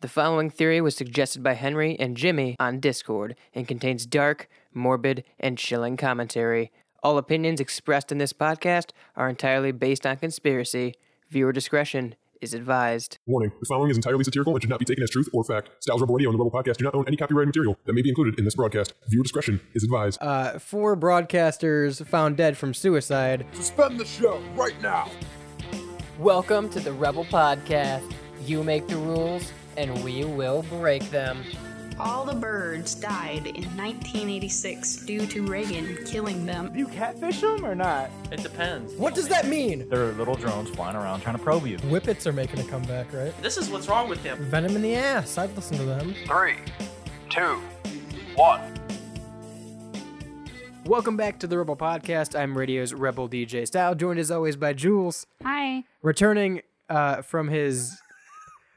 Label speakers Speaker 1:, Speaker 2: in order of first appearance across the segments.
Speaker 1: The following theory was suggested by Henry and Jimmy on Discord and contains dark, morbid, and chilling commentary. All opinions expressed in this podcast are entirely based on conspiracy. Viewer discretion is advised.
Speaker 2: Warning, the following is entirely satirical and should not be taken as truth or fact. Styles Rebel Radio and the Rebel Podcast do not own any copyrighted material that may be included in this broadcast. Viewer discretion is advised.
Speaker 3: Uh, four broadcasters found dead from suicide.
Speaker 4: Suspend the show right now.
Speaker 1: Welcome to the Rebel Podcast. You make the rules, and we will break them.
Speaker 5: All the birds died in 1986 due to Reagan killing them.
Speaker 6: you catfish them or not?
Speaker 7: It depends.
Speaker 3: What does that mean?
Speaker 6: There are little drones flying around trying to probe you.
Speaker 3: Whippets are making a comeback, right?
Speaker 7: This is what's wrong with him.
Speaker 3: Venom in the ass. I'd listen to them.
Speaker 4: Three, two, one.
Speaker 1: Welcome back to the Rebel Podcast. I'm radio's Rebel DJ Style, joined as always by Jules,
Speaker 5: Hi.
Speaker 1: returning uh, from his.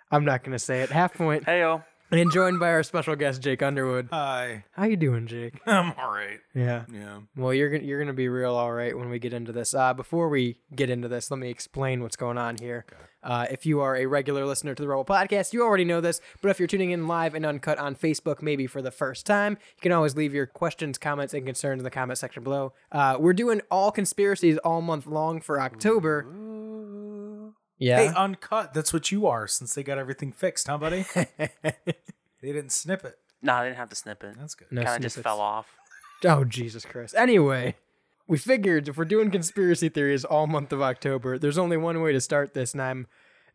Speaker 1: I'm not gonna say it. Half point,
Speaker 7: Heyo.
Speaker 1: and joined by our special guest Jake Underwood.
Speaker 6: Hi.
Speaker 1: How you doing, Jake?
Speaker 6: I'm alright.
Speaker 1: Yeah.
Speaker 6: Yeah.
Speaker 1: Well, you're gonna you're gonna be real all right when we get into this. Uh, before we get into this, let me explain what's going on here. Uh, if you are a regular listener to the Rebel Podcast, you already know this. But if you're tuning in live and uncut on Facebook, maybe for the first time, you can always leave your questions, comments, and concerns in the comment section below. Uh, we're doing all conspiracies all month long for October.
Speaker 8: Hey,
Speaker 1: Yeah.
Speaker 8: uncut. That's what you are since they got everything fixed, huh, buddy? they
Speaker 6: um,
Speaker 8: didn't snip it.
Speaker 7: Nah, I didn't have to snip it.
Speaker 8: That's good.
Speaker 1: No
Speaker 7: kind of just
Speaker 1: snippets.
Speaker 7: fell off.
Speaker 1: Oh Jesus Christ! Anyway, we figured if we're doing conspiracy theories all month of October, there's only one way to start this, and I'm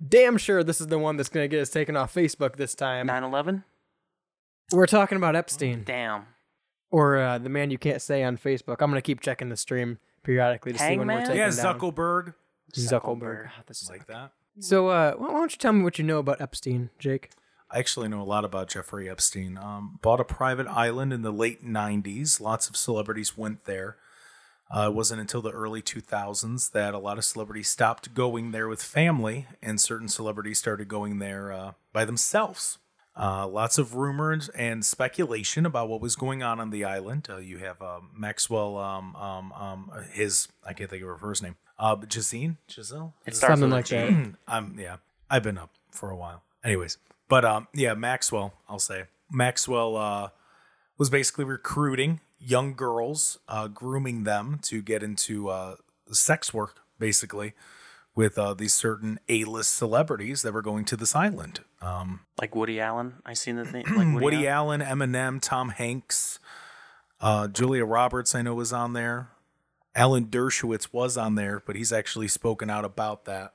Speaker 1: damn sure this is the one that's going to get us taken off Facebook this time.
Speaker 7: 9 11?
Speaker 1: We're talking about Epstein
Speaker 7: Damn.
Speaker 1: or uh, the man you can't say on Facebook. I'm going to keep checking the stream periodically to see when we're
Speaker 7: Hangman?
Speaker 1: taken
Speaker 8: Yeah,
Speaker 1: down.
Speaker 8: Zuckerberg.
Speaker 1: Zuckerberg.
Speaker 7: Ah, this is-
Speaker 8: Like that.
Speaker 1: So, uh, why why don't you tell me what you know about Epstein, Jake?
Speaker 8: I actually know a lot about Jeffrey Epstein. Um, bought a private island in the late 90s. Lots of celebrities went there. Uh, it wasn't until the early 2000s that a lot of celebrities stopped going there with family, and certain celebrities started going there uh, by themselves. Uh, lots of rumors and speculation about what was going on on the island. Uh, you have uh, Maxwell, um, um, um, his, I can't think of her first name, uh, Jazine? Giselle?
Speaker 7: It starts
Speaker 1: Something
Speaker 7: with a
Speaker 1: like
Speaker 7: G.
Speaker 1: that.
Speaker 8: um yeah i've been up for a while anyways but um yeah maxwell i'll say maxwell uh was basically recruiting young girls uh grooming them to get into uh sex work basically with uh these certain a-list celebrities that were going to this island um
Speaker 7: Like Woody Allen. I seen the thing. Like Woody,
Speaker 8: woody, allen eminem tom hanks uh julia roberts i know was on there alan dershowitz was on there but he's actually spoken out about that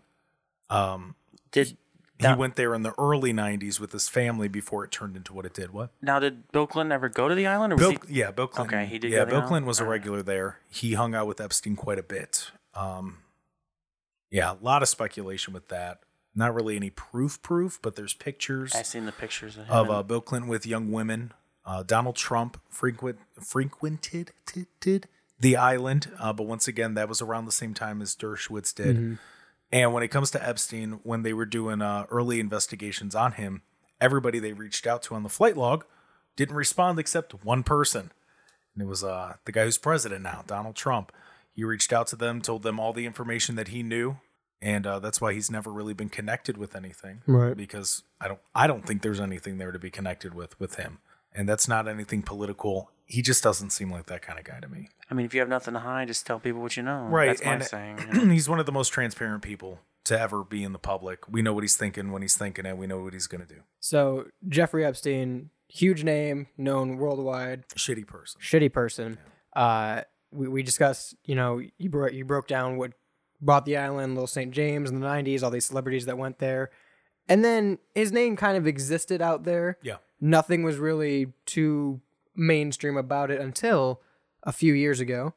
Speaker 8: um
Speaker 7: Did
Speaker 8: he went there in the early 90s with his family before it turned into what it did. What?
Speaker 7: now did Bill Clinton ever go to the island or was
Speaker 8: Bill,
Speaker 7: he
Speaker 8: yeah, Bill Clinton.
Speaker 7: Okay, he did go
Speaker 8: Yeah,
Speaker 7: to
Speaker 8: Bill
Speaker 7: that?
Speaker 8: Clinton was a
Speaker 7: Alright.
Speaker 8: regular there. He hung out with Epstein quite a bit. Um, yeah, a lot of speculation with that. Not really any proof, proof, but there's pictures
Speaker 7: I seen the pictures of him.
Speaker 8: of
Speaker 7: and-
Speaker 8: uh, Bill Clinton with young women. Uh, Donald Trump frequent frequented t- t- the island, uh, but once again, that was around the same time as Dershowitz did. And when it comes to Epstein, when they were doing uh, early investigations on him, everybody they reached out to on the flight log didn't respond except one person, and it was uh, the guy who's president now, Donald Trump. He reached out to them, told them all the information that he knew, and uh, that's why he's never really been connected with anything
Speaker 1: Right.
Speaker 8: because i don't i don't think there's anything there to be connected with with him and that's not anything political he just doesn't seem like that kind of guy to me
Speaker 7: I mean, if you have nothing to hide, just tell people what you know. That's my
Speaker 8: and
Speaker 7: saying. you know.
Speaker 8: he's one of the most transparent people to ever be in the public we know what he's thinking when he's thinking it we know what he's going to do
Speaker 1: So, Jeffrey Epstein, huge name, known worldwide,
Speaker 8: shitty person
Speaker 1: shitty person. Uh, we, we discussed, you know, you broke you broke down what bought the island, Little St. James in the '90s, all these celebrities that went there, and then his name kind of existed out there.
Speaker 8: yeah
Speaker 1: Nothing was really too mainstream about it until a few years ago,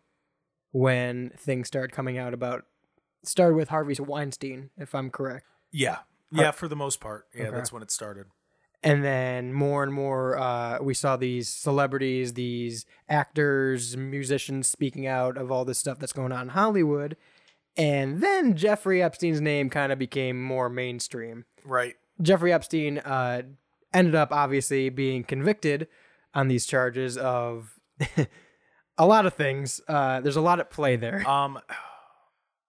Speaker 1: when things started coming out about started with Harvey Weinstein, if I'm correct.
Speaker 8: yeah
Speaker 7: Uh,
Speaker 8: yeah for the most part yeah
Speaker 1: Okay.
Speaker 8: that's when it started
Speaker 1: and then more and more uh, we saw these celebrities these actors musicians speaking out of all this stuff that's going on in hollywood and then jeffrey epstein's name kind of became more mainstream
Speaker 8: right
Speaker 1: jeffrey epstein uh, ended up obviously being convicted on these charges of a lot of things uh, there's a lot at play there
Speaker 8: Um,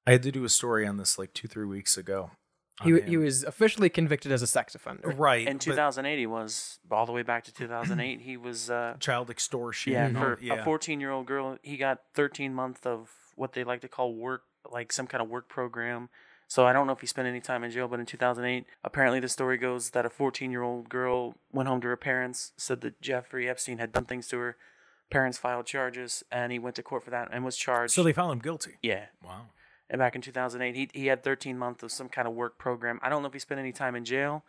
Speaker 8: I had to do a story on this like two, three weeks ago.
Speaker 1: He, he was officially convicted as a sex offender.
Speaker 8: right
Speaker 7: In
Speaker 8: but
Speaker 7: 2008, he was all the way back to 2008. He was uh,
Speaker 8: child extortion
Speaker 7: yeah
Speaker 8: and all-
Speaker 7: for
Speaker 8: yeah.
Speaker 7: a 14 year old girl. He got 13 months of what they like to call work, like some kind of work program. So I don't know if he spent any time in jail, but in 2008, apparently the story goes that a 14 year old girl went home to her parents, said that Jeffrey Epstein had done things to her. Parents filed charges, and he went to court for that and was charged.
Speaker 8: so they found him guilty
Speaker 7: yeah,
Speaker 8: wow
Speaker 7: and back in 2008 he, he had 13 months of some kind of work program i don't know if he spent any time in jail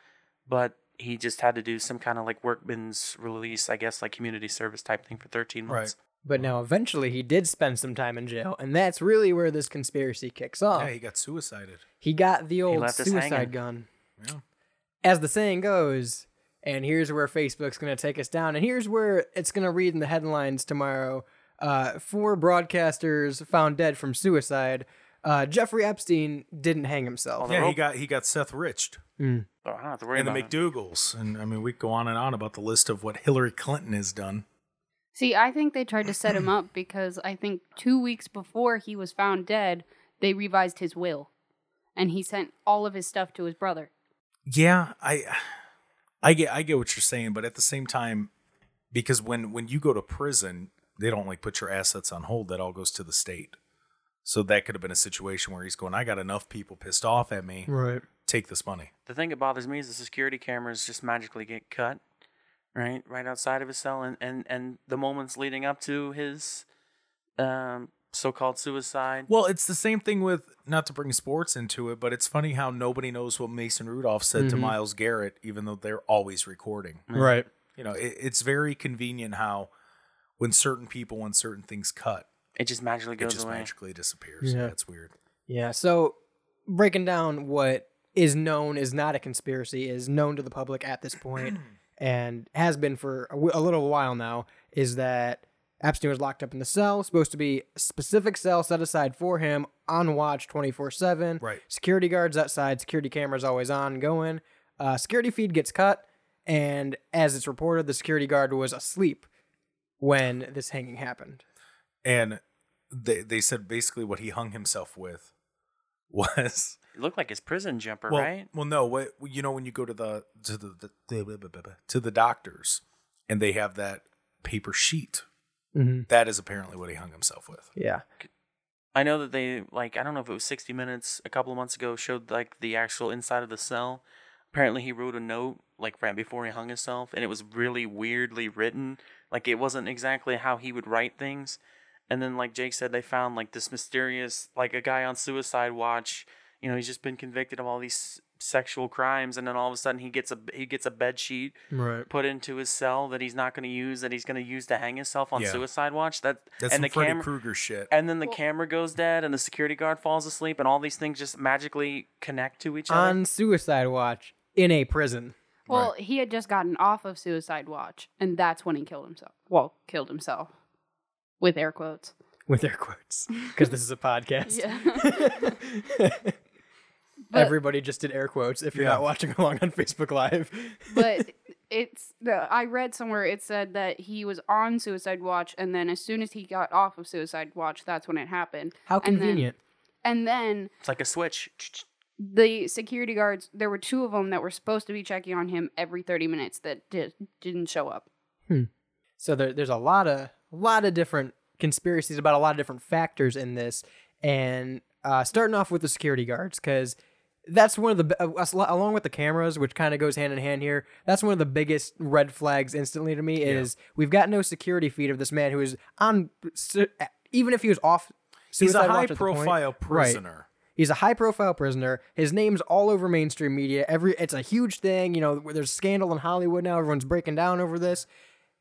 Speaker 7: but he just had to do some kind of like workman's release i guess like community service type thing for 13 months
Speaker 1: But now eventually he did spend some time in jail, and that's really where this conspiracy kicks off.
Speaker 8: yeah he got suicided
Speaker 1: He got the old
Speaker 7: left us hanging.
Speaker 1: suicide gun. As the saying goes, and here's where Facebook's going to take us down, and here's where it's going to read in the headlines tomorrow. Uh, four broadcasters found dead from suicide. Uh, Jeffrey Epstein didn't hang himself.
Speaker 8: yeah he got he got seth riched
Speaker 7: oh, i don't have to worry
Speaker 8: and the
Speaker 7: about it.
Speaker 8: mcdougalls and i mean we could go on and on about the list of what hillary clinton has done
Speaker 9: See, I think they tried to set him up because I think two weeks before he was found dead, they revised his will, and he sent all of his stuff to his brother.
Speaker 8: yeah i i get i get what you're saying but at the same time because when when you go to prison they don't like put your assets on hold that all goes to the state so that could have been a situation where he's going i got enough people pissed off at me
Speaker 1: Right.
Speaker 8: take this money
Speaker 7: the thing that bothers me is the security cameras just magically get cut right right outside of his cell and and, and the moments leading up to his um so-called suicide
Speaker 8: Well, it's the same thing with not to bring sports into it, but it's funny how nobody knows what Mason Rudolph said to Miles Garrett, even though they're always recording.
Speaker 1: Right.
Speaker 8: You know, it, it's very convenient how when certain people when certain things cut,
Speaker 7: it just magically
Speaker 8: it
Speaker 7: goes
Speaker 8: just
Speaker 7: away
Speaker 8: magically disappears.
Speaker 1: Yeah.
Speaker 8: Yeah, it's weird.
Speaker 1: Yeah. So breaking down what is known is not a conspiracy is known to the public at this point and has been for a, w- a little while now is that Epstein was locked up in the cell, supposed to be a specific cell set aside for him on watch 24 7.
Speaker 8: Right.
Speaker 1: Security guards outside, security cameras always on, going. Uh, security feed gets cut, and as it's reported, the security guard was asleep when this hanging happened.
Speaker 8: And they they said basically what he hung himself with was
Speaker 7: it looked like his prison jumper
Speaker 8: well,
Speaker 7: right
Speaker 8: well no, what you know when you go to the to the, the, to the doctors and they have that paper sheet.
Speaker 1: Mhm.
Speaker 8: That is apparently what he hung himself with.
Speaker 1: Yeah.
Speaker 7: I know that they like I don't know if it was 60 minutes a couple of months ago showed like the actual inside of the cell. Apparently he wrote a note like right before he hung himself and it was really weirdly written. Like it wasn't exactly how he would write things. And then like Jake said they found like this mysterious like a guy on suicide watch, you know, he's just been convicted of all these sexual crimes and then all of a sudden he gets a he gets a bed sheet
Speaker 8: Mm.
Speaker 1: Right.
Speaker 7: put into his cell that he's not going to use that he's going to use to hang himself on
Speaker 8: Yeah.
Speaker 7: suicide watch that
Speaker 8: That's
Speaker 7: and
Speaker 8: some
Speaker 7: the
Speaker 8: Freddy
Speaker 7: camera
Speaker 8: Krueger shit.
Speaker 7: and then the camera goes dead, and the security guard falls asleep, and all these things just magically connect to each other.
Speaker 1: On suicide watch in a prison.
Speaker 9: Well, he had just gotten off of suicide watch, and that's when he killed himself. Well, killed himself with air quotes.
Speaker 1: with air quotes because this is a podcast.
Speaker 9: Yeah. But-
Speaker 1: Everybody just did air quotes if you're not watching along on Facebook Live.
Speaker 9: but it's the I read somewhere it said that he was on suicide watch, and then as soon as he got off of suicide watch, that's when it happened.
Speaker 1: How
Speaker 9: And then-
Speaker 1: convenient.
Speaker 9: And then
Speaker 7: It's like a switch.
Speaker 9: the security guards, there were two of them that were supposed to be checking on him every 30 minutes that did, didn't show up.
Speaker 1: So there, there's a lot of a lot of different conspiracies about a lot of different factors in this, and uh, starting off with the security guards because that's one of the bi- uh, al- along with the cameras, which kind of goes hand in hand here. That's one of the biggest red flags instantly to me is we've got no security feed of this man who is on su- even if he was off.
Speaker 8: He's a
Speaker 1: suicide
Speaker 8: high
Speaker 1: watch at the point-
Speaker 8: profile
Speaker 1: Right.
Speaker 8: prisoner.
Speaker 1: He's a high profile prisoner. His name's all over mainstream media. Every it's a huge thing. You know, where there's scandal in Hollywood now. Everyone's breaking down over this.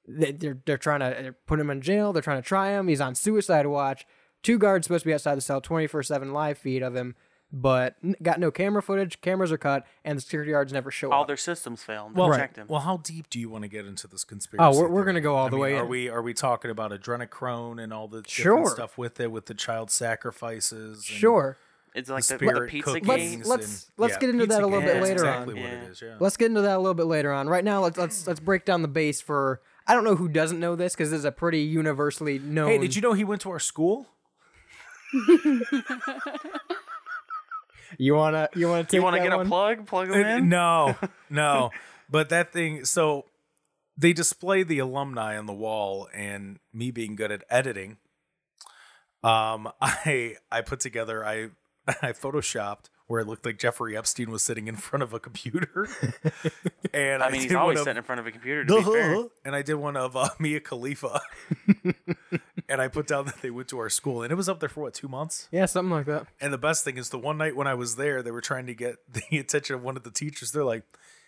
Speaker 1: They- They're they're trying to uh, put him in jail. They're trying to try him. He's on suicide watch. Two guards supposed to be outside the cell, twenty four seven live feed of him, but n- got no camera footage. Cameras are cut, and the security guards never show
Speaker 7: All
Speaker 1: up.
Speaker 7: their systems failed.
Speaker 8: Well,
Speaker 7: Well, checked him.
Speaker 8: well, how deep do you want to get into this conspiracy?
Speaker 1: Oh, we're- we're
Speaker 8: theory?
Speaker 1: gonna go all
Speaker 8: I
Speaker 1: the
Speaker 8: mean,
Speaker 1: way
Speaker 8: Are
Speaker 1: in.
Speaker 8: we are we talking about adrenochrome and all the different
Speaker 1: Sure.
Speaker 8: stuff with it, with the child sacrifices? and
Speaker 1: Sure.
Speaker 7: it's like the,
Speaker 8: the
Speaker 7: the
Speaker 8: spirit
Speaker 7: pizza
Speaker 8: cookings
Speaker 1: Let's-
Speaker 7: game.
Speaker 8: and-
Speaker 1: let's- let's get into
Speaker 8: pizza
Speaker 1: that a little
Speaker 8: cookies,
Speaker 7: bit
Speaker 8: that's
Speaker 7: later
Speaker 8: exactly
Speaker 7: on.
Speaker 8: what
Speaker 7: Yeah.
Speaker 8: it is. Yeah.
Speaker 1: Let's get into that a little bit later on. Right now, let's let's let's break down the base for. I don't know who doesn't know this because this is a pretty universally known.
Speaker 8: hey, did you know he went to our school?
Speaker 1: You wanna you wanna take
Speaker 7: You want to
Speaker 1: that
Speaker 7: get a
Speaker 1: one?
Speaker 7: plug? Plug them
Speaker 8: Uh,
Speaker 7: in?
Speaker 8: No, no. but that thing, so they display the alumni on the wall, and me being good at editing, um, I I put together I I photoshopped where it looked like Jeffrey Epstein was sitting in front of a computer, and I,
Speaker 7: I mean, he's
Speaker 8: did one
Speaker 7: always
Speaker 8: of-
Speaker 7: sitting in front of a computer, to be fair.
Speaker 8: and I did one of uh, Mia Khalifa, and I put down that they went to our school, and it was up there for what two months.
Speaker 1: Yeah, something like that.
Speaker 8: And the best thing is the one night when I was there, they were trying to get the attention of one of the teachers. They're like,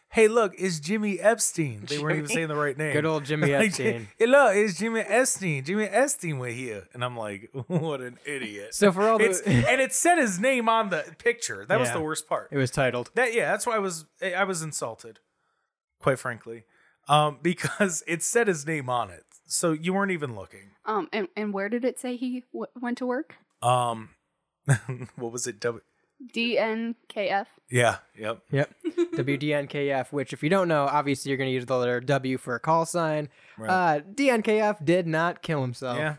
Speaker 8: Hey, look, it's Jimmy Epstein. They weren't even saying the right name.
Speaker 1: Good old Jimmy
Speaker 8: Like,
Speaker 1: Epstein.
Speaker 8: Hey, look, it's Jimmy Epstein. Jimmy Epstein were here. And I'm like, what an idiot.
Speaker 1: So for all the-
Speaker 8: It's- and it said his name on the picture. That was
Speaker 1: Yeah.
Speaker 8: the worst part.
Speaker 1: It was titled.
Speaker 8: That yeah, that's why I was I was insulted, quite frankly. Um, because it said his name on it. So you weren't even looking.
Speaker 9: Um, and, and where did it say he w- went to work?
Speaker 8: Um what was it? W-
Speaker 9: DNKF.
Speaker 8: yeah, yep.
Speaker 1: Yep. WDNKF, which if you don't know, obviously you're gonna use the letter W for a call sign. Uh DNKF did not kill himself.
Speaker 8: Yeah.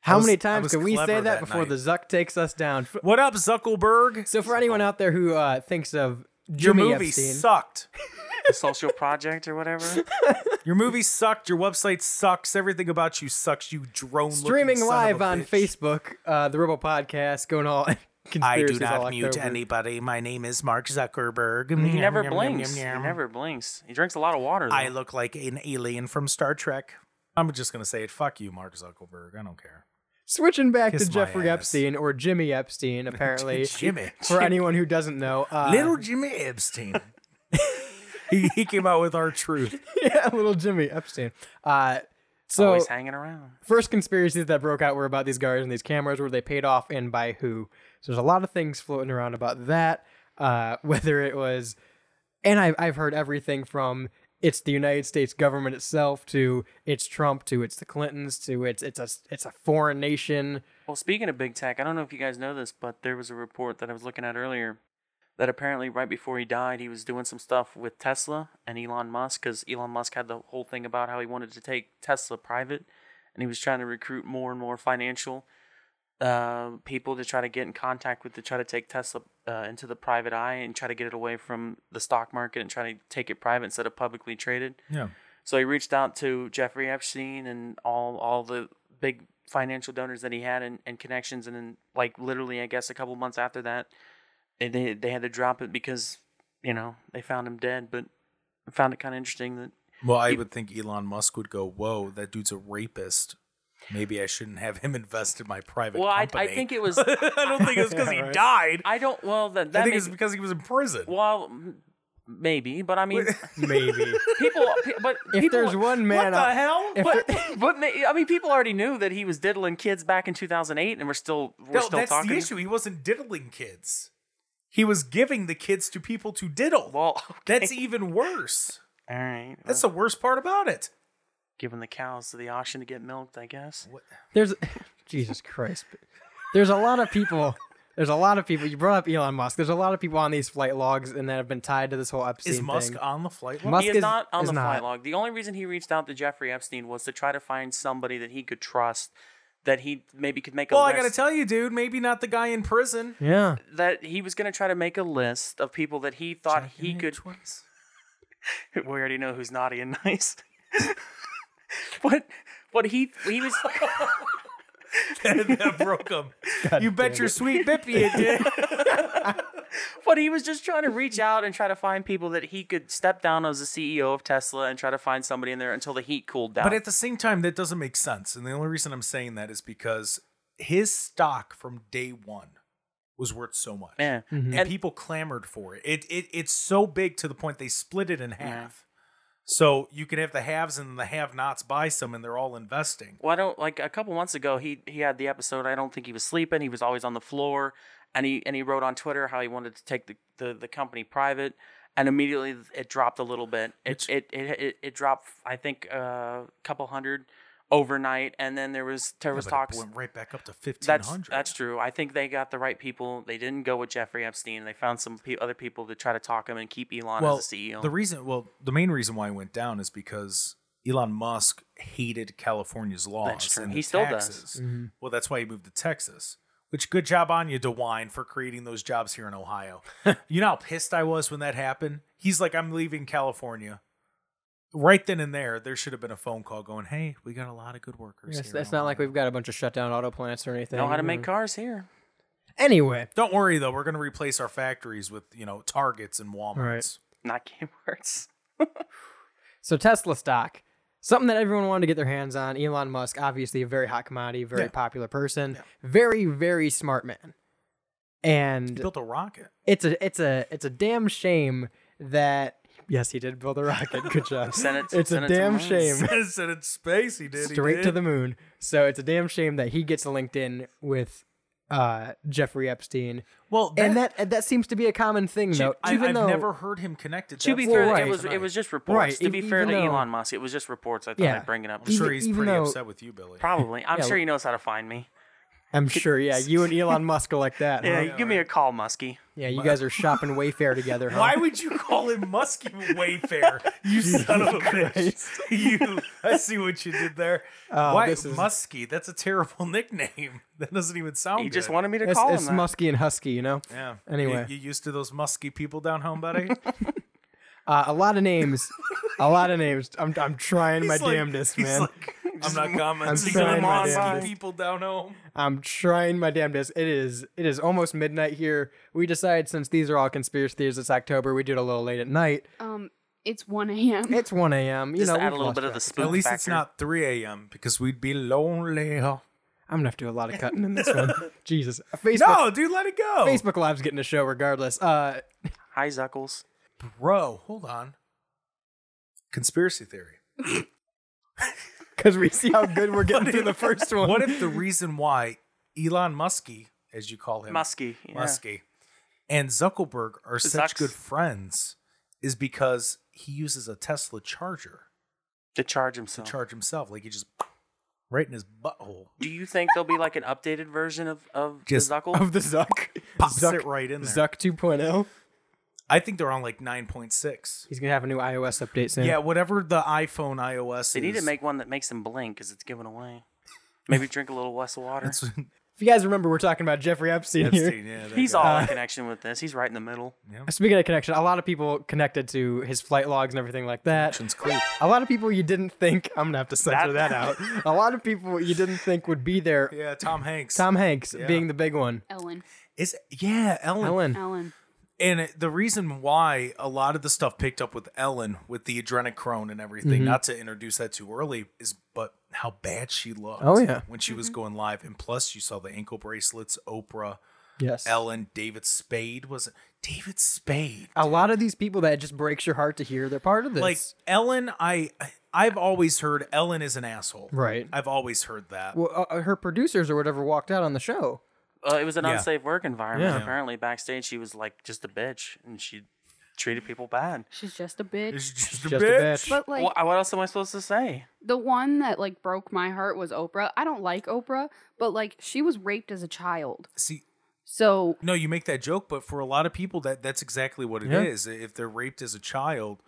Speaker 1: How
Speaker 8: I was-
Speaker 1: many
Speaker 8: I
Speaker 1: times
Speaker 8: was
Speaker 1: can we say
Speaker 8: clever
Speaker 1: that,
Speaker 8: that
Speaker 1: before
Speaker 8: night.
Speaker 1: the Zuck takes us down? F-
Speaker 8: What up, Zuckerberg?
Speaker 1: So for anyone out there who uh, thinks of
Speaker 8: Your
Speaker 1: Jimmy
Speaker 8: movie
Speaker 1: Epstein,
Speaker 8: sucked.
Speaker 7: The social project or whatever.
Speaker 8: Your movie sucked. Your website sucks. Everything about you sucks. You drone
Speaker 1: streaming live on Facebook, uh, the Robo Podcast, going all
Speaker 8: I do
Speaker 1: conspiracies all
Speaker 8: not mute
Speaker 1: October.
Speaker 8: anybody. My name is Mark Zuckerberg.
Speaker 7: He never blinks. He never blinks. He drinks a lot of water. Though.
Speaker 8: I look like an alien from Star Trek. I'm just gonna say it. Fuck you, Mark Zuckerberg. I don't care.
Speaker 1: Switching back to
Speaker 8: Kiss my
Speaker 1: Jeffrey
Speaker 8: ass.
Speaker 1: Epstein or Jimmy Epstein, apparently.
Speaker 8: Jimmy.
Speaker 1: For anyone who doesn't know, uh,
Speaker 8: Little Jimmy Epstein. he, he came out with our truth.
Speaker 1: yeah, little Jimmy Epstein. Uh, so
Speaker 7: always hanging around.
Speaker 1: first conspiracies that broke out were about these guards and these cameras. Were they paid off and by who? So there's a lot of things floating around about that. Uh, whether it was, and I've I've heard everything from it's the United States government itself to it's Trump to it's the Clintons to it's it's a it's a foreign nation.
Speaker 7: Well, speaking of big tech, I don't know if you guys know this, but there was a report that I was looking at earlier that apparently right before he died, he was doing some stuff with Tesla and Elon Musk because Elon Musk had the whole thing about how he wanted to take Tesla private and he was trying to recruit more and more financial uh, people to try to get in contact with to try to take Tesla uh, into the private eye and try to get it away from the stock market and try to take it private instead of publicly traded.
Speaker 8: Yeah.
Speaker 7: So he reached out to Jeffrey Epstein and all all the big financial donors that he had and, and connections. And then, like literally, I guess a couple months after that, they- they they had to drop it because you know they found him dead. But I found it kind of interesting that
Speaker 8: Well, I would think Elon Musk would go, "Whoa, that dude's a rapist. Maybe I shouldn't have him invest in my private
Speaker 7: well, I, I
Speaker 8: company."
Speaker 7: think it was
Speaker 8: I don't think it was because he died.
Speaker 7: I don't well that
Speaker 8: I
Speaker 7: that
Speaker 8: think
Speaker 7: makes,
Speaker 8: it's because he was in prison.
Speaker 7: well m- maybe, but I mean
Speaker 1: Maybe
Speaker 7: people pe- but
Speaker 1: if
Speaker 7: people,
Speaker 1: there's one
Speaker 8: what
Speaker 1: man,
Speaker 8: the
Speaker 1: out-
Speaker 8: hell?
Speaker 1: if
Speaker 7: But,
Speaker 1: there-
Speaker 7: but ma- I mean, people already knew that he was diddling kids back in 2008, and we're still we're
Speaker 8: no,
Speaker 7: still
Speaker 8: that's
Speaker 7: talking.
Speaker 8: the issue. He wasn't diddling kids. He was giving the kids to people to diddle.
Speaker 7: Well,
Speaker 8: that's even worse.
Speaker 7: all right.
Speaker 8: That's the worst part about it.
Speaker 7: giving the cows to the auction to get milked, I guess.
Speaker 1: there's Jesus Christ. There's a lot of people. There's a lot of people. You brought up Elon Musk. There's a lot of people on these flight logs and that have been tied to this whole Epstein
Speaker 8: Is Musk
Speaker 1: thing.
Speaker 8: on the flight?
Speaker 1: Musk
Speaker 7: he is, not on
Speaker 1: is
Speaker 7: the
Speaker 1: not.
Speaker 7: flight log. The only reason he reached out to Jeffrey Epstein was to try to find somebody that he could trust, that he maybe could make a
Speaker 8: well, I
Speaker 7: list.
Speaker 8: gotta tell you, dude. Maybe not the guy in prison.
Speaker 1: Yeah.
Speaker 7: that he was gonna try to make a list of people that he thought he could.
Speaker 8: Twice.
Speaker 7: we already know who's naughty and nice. what? What he he was?
Speaker 8: that broke him. you bet your sweet bippy it did.
Speaker 7: But he was just trying to reach out and try to find people that he could step down as the CEO of Tesla and try to find somebody in there until the heat cooled down.
Speaker 8: But at the same time, that doesn't make sense. And the only reason I'm saying that is because his stock from day one was worth so much.
Speaker 7: yeah.
Speaker 8: And,
Speaker 7: And-
Speaker 8: people clamored for it. It, it. It's so big to the point they split it in half. So you can have the haves and the have nots buy some and they're all investing.
Speaker 7: Well, I don't like a couple months ago. He he had the episode. I don't think he was sleeping. He was always on the floor, and he and he wrote on Twitter how he wanted to take the the, the company private, and immediately it dropped a little bit. It it, it it it dropped. I think uh, a couple hundred overnight, and then there was there was
Speaker 8: But
Speaker 7: talks.
Speaker 8: it went right back up to
Speaker 7: That's
Speaker 8: 1500
Speaker 7: that's true. I think they got the right people. They didn't go with Jeffrey Epstein. They found some pe- other people to try to talk him and keep Elon as E the CEO.
Speaker 8: The reason, well, the main reason why it went down is because Elon Musk hated California's laws
Speaker 7: true.
Speaker 8: and
Speaker 7: He
Speaker 8: the
Speaker 7: still does.
Speaker 1: Mm-hmm.
Speaker 8: taxes. Well, that's why he moved to Texas, Which good job on you, DeWine, for creating those jobs here in Ohio. you know how pissed I was when that happened? He's like, I'm leaving California. Right then and there, there should have been a phone call going, Hey, we got a lot of good workers.
Speaker 1: It's,
Speaker 8: here in
Speaker 1: it's not
Speaker 8: Ohio."
Speaker 1: like we've got a bunch of shutdown auto plants or anything. Mm-hmm.
Speaker 7: Know how to make cars here.
Speaker 1: Anyway,
Speaker 8: Don't worry though, we're gonna replace our factories with, you know, Targets and Walmarts.
Speaker 7: Not Kmart.
Speaker 1: so Tesla stock, something that everyone wanted to get their hands on. Elon Musk, obviously a very hot commodity, very
Speaker 8: Yeah.
Speaker 1: popular person, very very smart man, and
Speaker 8: Built a rocket.
Speaker 1: it's a it's a it's a damn shame that yes he did build a rocket. Good job.
Speaker 7: Send it-
Speaker 1: it's
Speaker 7: send
Speaker 1: a
Speaker 7: it to
Speaker 1: damn
Speaker 7: Mars.
Speaker 1: shame.
Speaker 8: Says that it's space, he did. he
Speaker 1: straight to
Speaker 8: did.
Speaker 1: the moon. So it's a damn shame that he gets linked in with uh, Jeffrey Epstein,
Speaker 8: Well
Speaker 1: and that and that seems to be a common thing though.
Speaker 8: I,
Speaker 1: even
Speaker 8: have
Speaker 1: though,
Speaker 8: never heard him connected.
Speaker 7: To be
Speaker 8: That's
Speaker 7: fair,
Speaker 8: what
Speaker 1: right.
Speaker 7: it was
Speaker 8: tonight.
Speaker 7: it was just reports.
Speaker 1: Right,
Speaker 7: To be
Speaker 1: e-
Speaker 7: fair to
Speaker 1: even though-
Speaker 7: Elon Musk, it was just reports. I thought
Speaker 1: Yeah.
Speaker 7: I'd bring it up.
Speaker 8: I'm sure he's
Speaker 1: even
Speaker 8: pretty
Speaker 1: though-
Speaker 8: upset with you, Billy.
Speaker 7: Probably. I'm
Speaker 1: Yeah,
Speaker 7: sure he knows how to find me.
Speaker 1: I'm sure. Yeah, you and Elon Musk are like that.
Speaker 7: Yeah,
Speaker 1: Yeah,
Speaker 7: give me a call, Muskie.
Speaker 1: yeah. You guys are shopping Wayfair together. Huh?
Speaker 8: Why would you call him Muskie Wayfair? You son of a bitch! You, I see what you did there. Why
Speaker 1: this is-
Speaker 8: Muskie? That's a terrible nickname. That doesn't even sound.
Speaker 7: He
Speaker 8: good.
Speaker 7: just wanted me to
Speaker 1: It's,
Speaker 7: call
Speaker 1: it's
Speaker 7: him. that.
Speaker 1: Musky and Husky, you know.
Speaker 8: Yeah.
Speaker 1: Anyway.
Speaker 8: you, you used to those musky people down home, buddy.
Speaker 1: Uh, a lot of names, a lot of names. I'm I'm trying my
Speaker 8: He's like-
Speaker 1: damnedest,
Speaker 8: he's
Speaker 1: man.
Speaker 8: like, I'm not commenting
Speaker 1: sorry,
Speaker 8: on
Speaker 1: my
Speaker 8: musky
Speaker 1: damnedest.
Speaker 8: people down home.
Speaker 1: I'm trying my damnedest. It is it is almost midnight here. We decide since these are all conspiracy theories, it's October. We do it a little late at night.
Speaker 9: Um, it's 1 a.m.
Speaker 1: It's 1 a.m. You
Speaker 7: Just
Speaker 1: know,
Speaker 7: add
Speaker 1: we've
Speaker 7: a little
Speaker 1: lost
Speaker 7: bit of
Speaker 1: track.
Speaker 7: the spook
Speaker 8: At least
Speaker 7: factor.
Speaker 8: it's not 3 a.m. because we'd be lonely.
Speaker 1: I'm gonna have to do a lot of cutting in this one. Jesus, Facebook,
Speaker 8: No, dude, let it go.
Speaker 1: Facebook Live's getting a show regardless. Uh,
Speaker 7: Hi, Zuckles.
Speaker 8: Bro, hold on. Conspiracy theory.
Speaker 1: because we see how good we're getting through the first one.
Speaker 8: What if the reason why Elon Muskie, as you call him,
Speaker 7: Muskie. Yeah.
Speaker 8: Muskie, and Zuckerberg are such
Speaker 7: Zucks.
Speaker 8: good friends is because he uses a Tesla charger
Speaker 7: To charge
Speaker 8: to
Speaker 7: himself.
Speaker 8: charge himself? Like he just right in his butthole,
Speaker 7: Do you think there'll be like an updated version of, of the
Speaker 8: Just-
Speaker 7: Zuckle?
Speaker 1: of the Zuck?
Speaker 8: pops
Speaker 1: Zuck,
Speaker 8: it right in there.
Speaker 1: Zuck 2.0.
Speaker 8: I think they're on like 9.6.
Speaker 1: He's gonna have a new iOS update soon.
Speaker 8: Yeah, whatever the iPhone iOS
Speaker 7: they
Speaker 8: is.
Speaker 7: need to make one that makes him blink because it's given away. Maybe drink a little less water.
Speaker 8: That's-
Speaker 1: If you guys remember, we're talking about Jeffrey Epstein
Speaker 8: that's-
Speaker 1: here.
Speaker 8: yeah, that
Speaker 7: He's
Speaker 8: guy.
Speaker 1: Uh,
Speaker 7: all in connection with this. He's right in the middle.
Speaker 1: Speaking of connection, a lot of people connected to his flight logs and everything like that.
Speaker 8: Connection's cool.
Speaker 1: A lot of people you didn't think I'm gonna have to censor that,
Speaker 7: That-
Speaker 1: out. A lot of people you didn't think would be there.
Speaker 8: Yeah, Tom Hanks.
Speaker 1: Tom Hanks being the big one.
Speaker 9: Ellen.
Speaker 8: is yeah, Ellen.
Speaker 1: Ellen.
Speaker 9: Ellen.
Speaker 8: And it- the reason why a lot of the stuff picked up with Ellen with the adrenochrome and everything,
Speaker 1: Mm-hmm.
Speaker 8: not to introduce that too early, is but how bad she looked.
Speaker 1: Oh, yeah.
Speaker 8: when she was going live, and plus you saw the ankle bracelets. Oprah,
Speaker 1: Yes.
Speaker 8: Ellen, David Spade was David Spade.
Speaker 1: A lot of these people that it just breaks your heart to hear they're part of this.
Speaker 8: Like Ellen, I I've always heard Ellen is an asshole.
Speaker 1: Right.
Speaker 8: I've always heard that.
Speaker 1: well, uh, her producers or whatever walked out on the show.
Speaker 7: Uh, it was an
Speaker 8: Yeah.
Speaker 7: unsafe work environment.
Speaker 8: Yeah.
Speaker 7: Apparently, backstage she was like just a bitch and she treated people bad.
Speaker 9: She's just a bitch.
Speaker 8: It's just,
Speaker 1: Just a bitch.
Speaker 9: But like
Speaker 7: Wha- what else am I supposed to say?
Speaker 9: the one that like broke my heart was Oprah. I don't like Oprah, but like she was raped as a child.
Speaker 8: See,
Speaker 9: So
Speaker 8: No, you make that joke, but for a lot of people, that that's exactly what it is.
Speaker 1: Yeah.
Speaker 8: If they're raped as a child,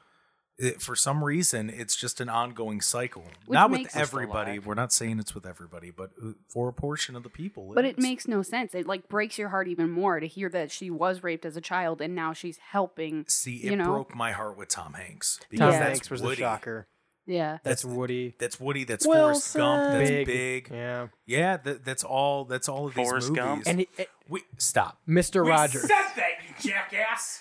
Speaker 8: it, for some reason, it's just an ongoing cycle.
Speaker 9: Which
Speaker 8: not with
Speaker 9: makes-
Speaker 8: everybody. We're not saying it's with everybody, but uh, for a portion of the people.
Speaker 9: but it
Speaker 8: is.
Speaker 9: makes no sense. It like breaks your heart even more to hear that she was raped as a child and now she's helping.
Speaker 8: See, it
Speaker 9: you know?
Speaker 8: broke my heart with Tom Hanks.
Speaker 1: Tom
Speaker 9: Yeah.
Speaker 1: Hanks was
Speaker 8: Woody.
Speaker 1: the shocker.
Speaker 9: Yeah.
Speaker 1: That's,
Speaker 8: That's-
Speaker 1: Woody.
Speaker 8: That's Woody. That's Forrest
Speaker 7: Wilson.
Speaker 8: Gump. That's big.
Speaker 1: Yeah.
Speaker 8: Yeah, that, that's all. That's all of these
Speaker 7: Forrest
Speaker 8: movies.
Speaker 7: Gump.
Speaker 1: And he, eh,
Speaker 8: Wait, stop.
Speaker 1: Mr. Rogers.
Speaker 8: that, you jackass.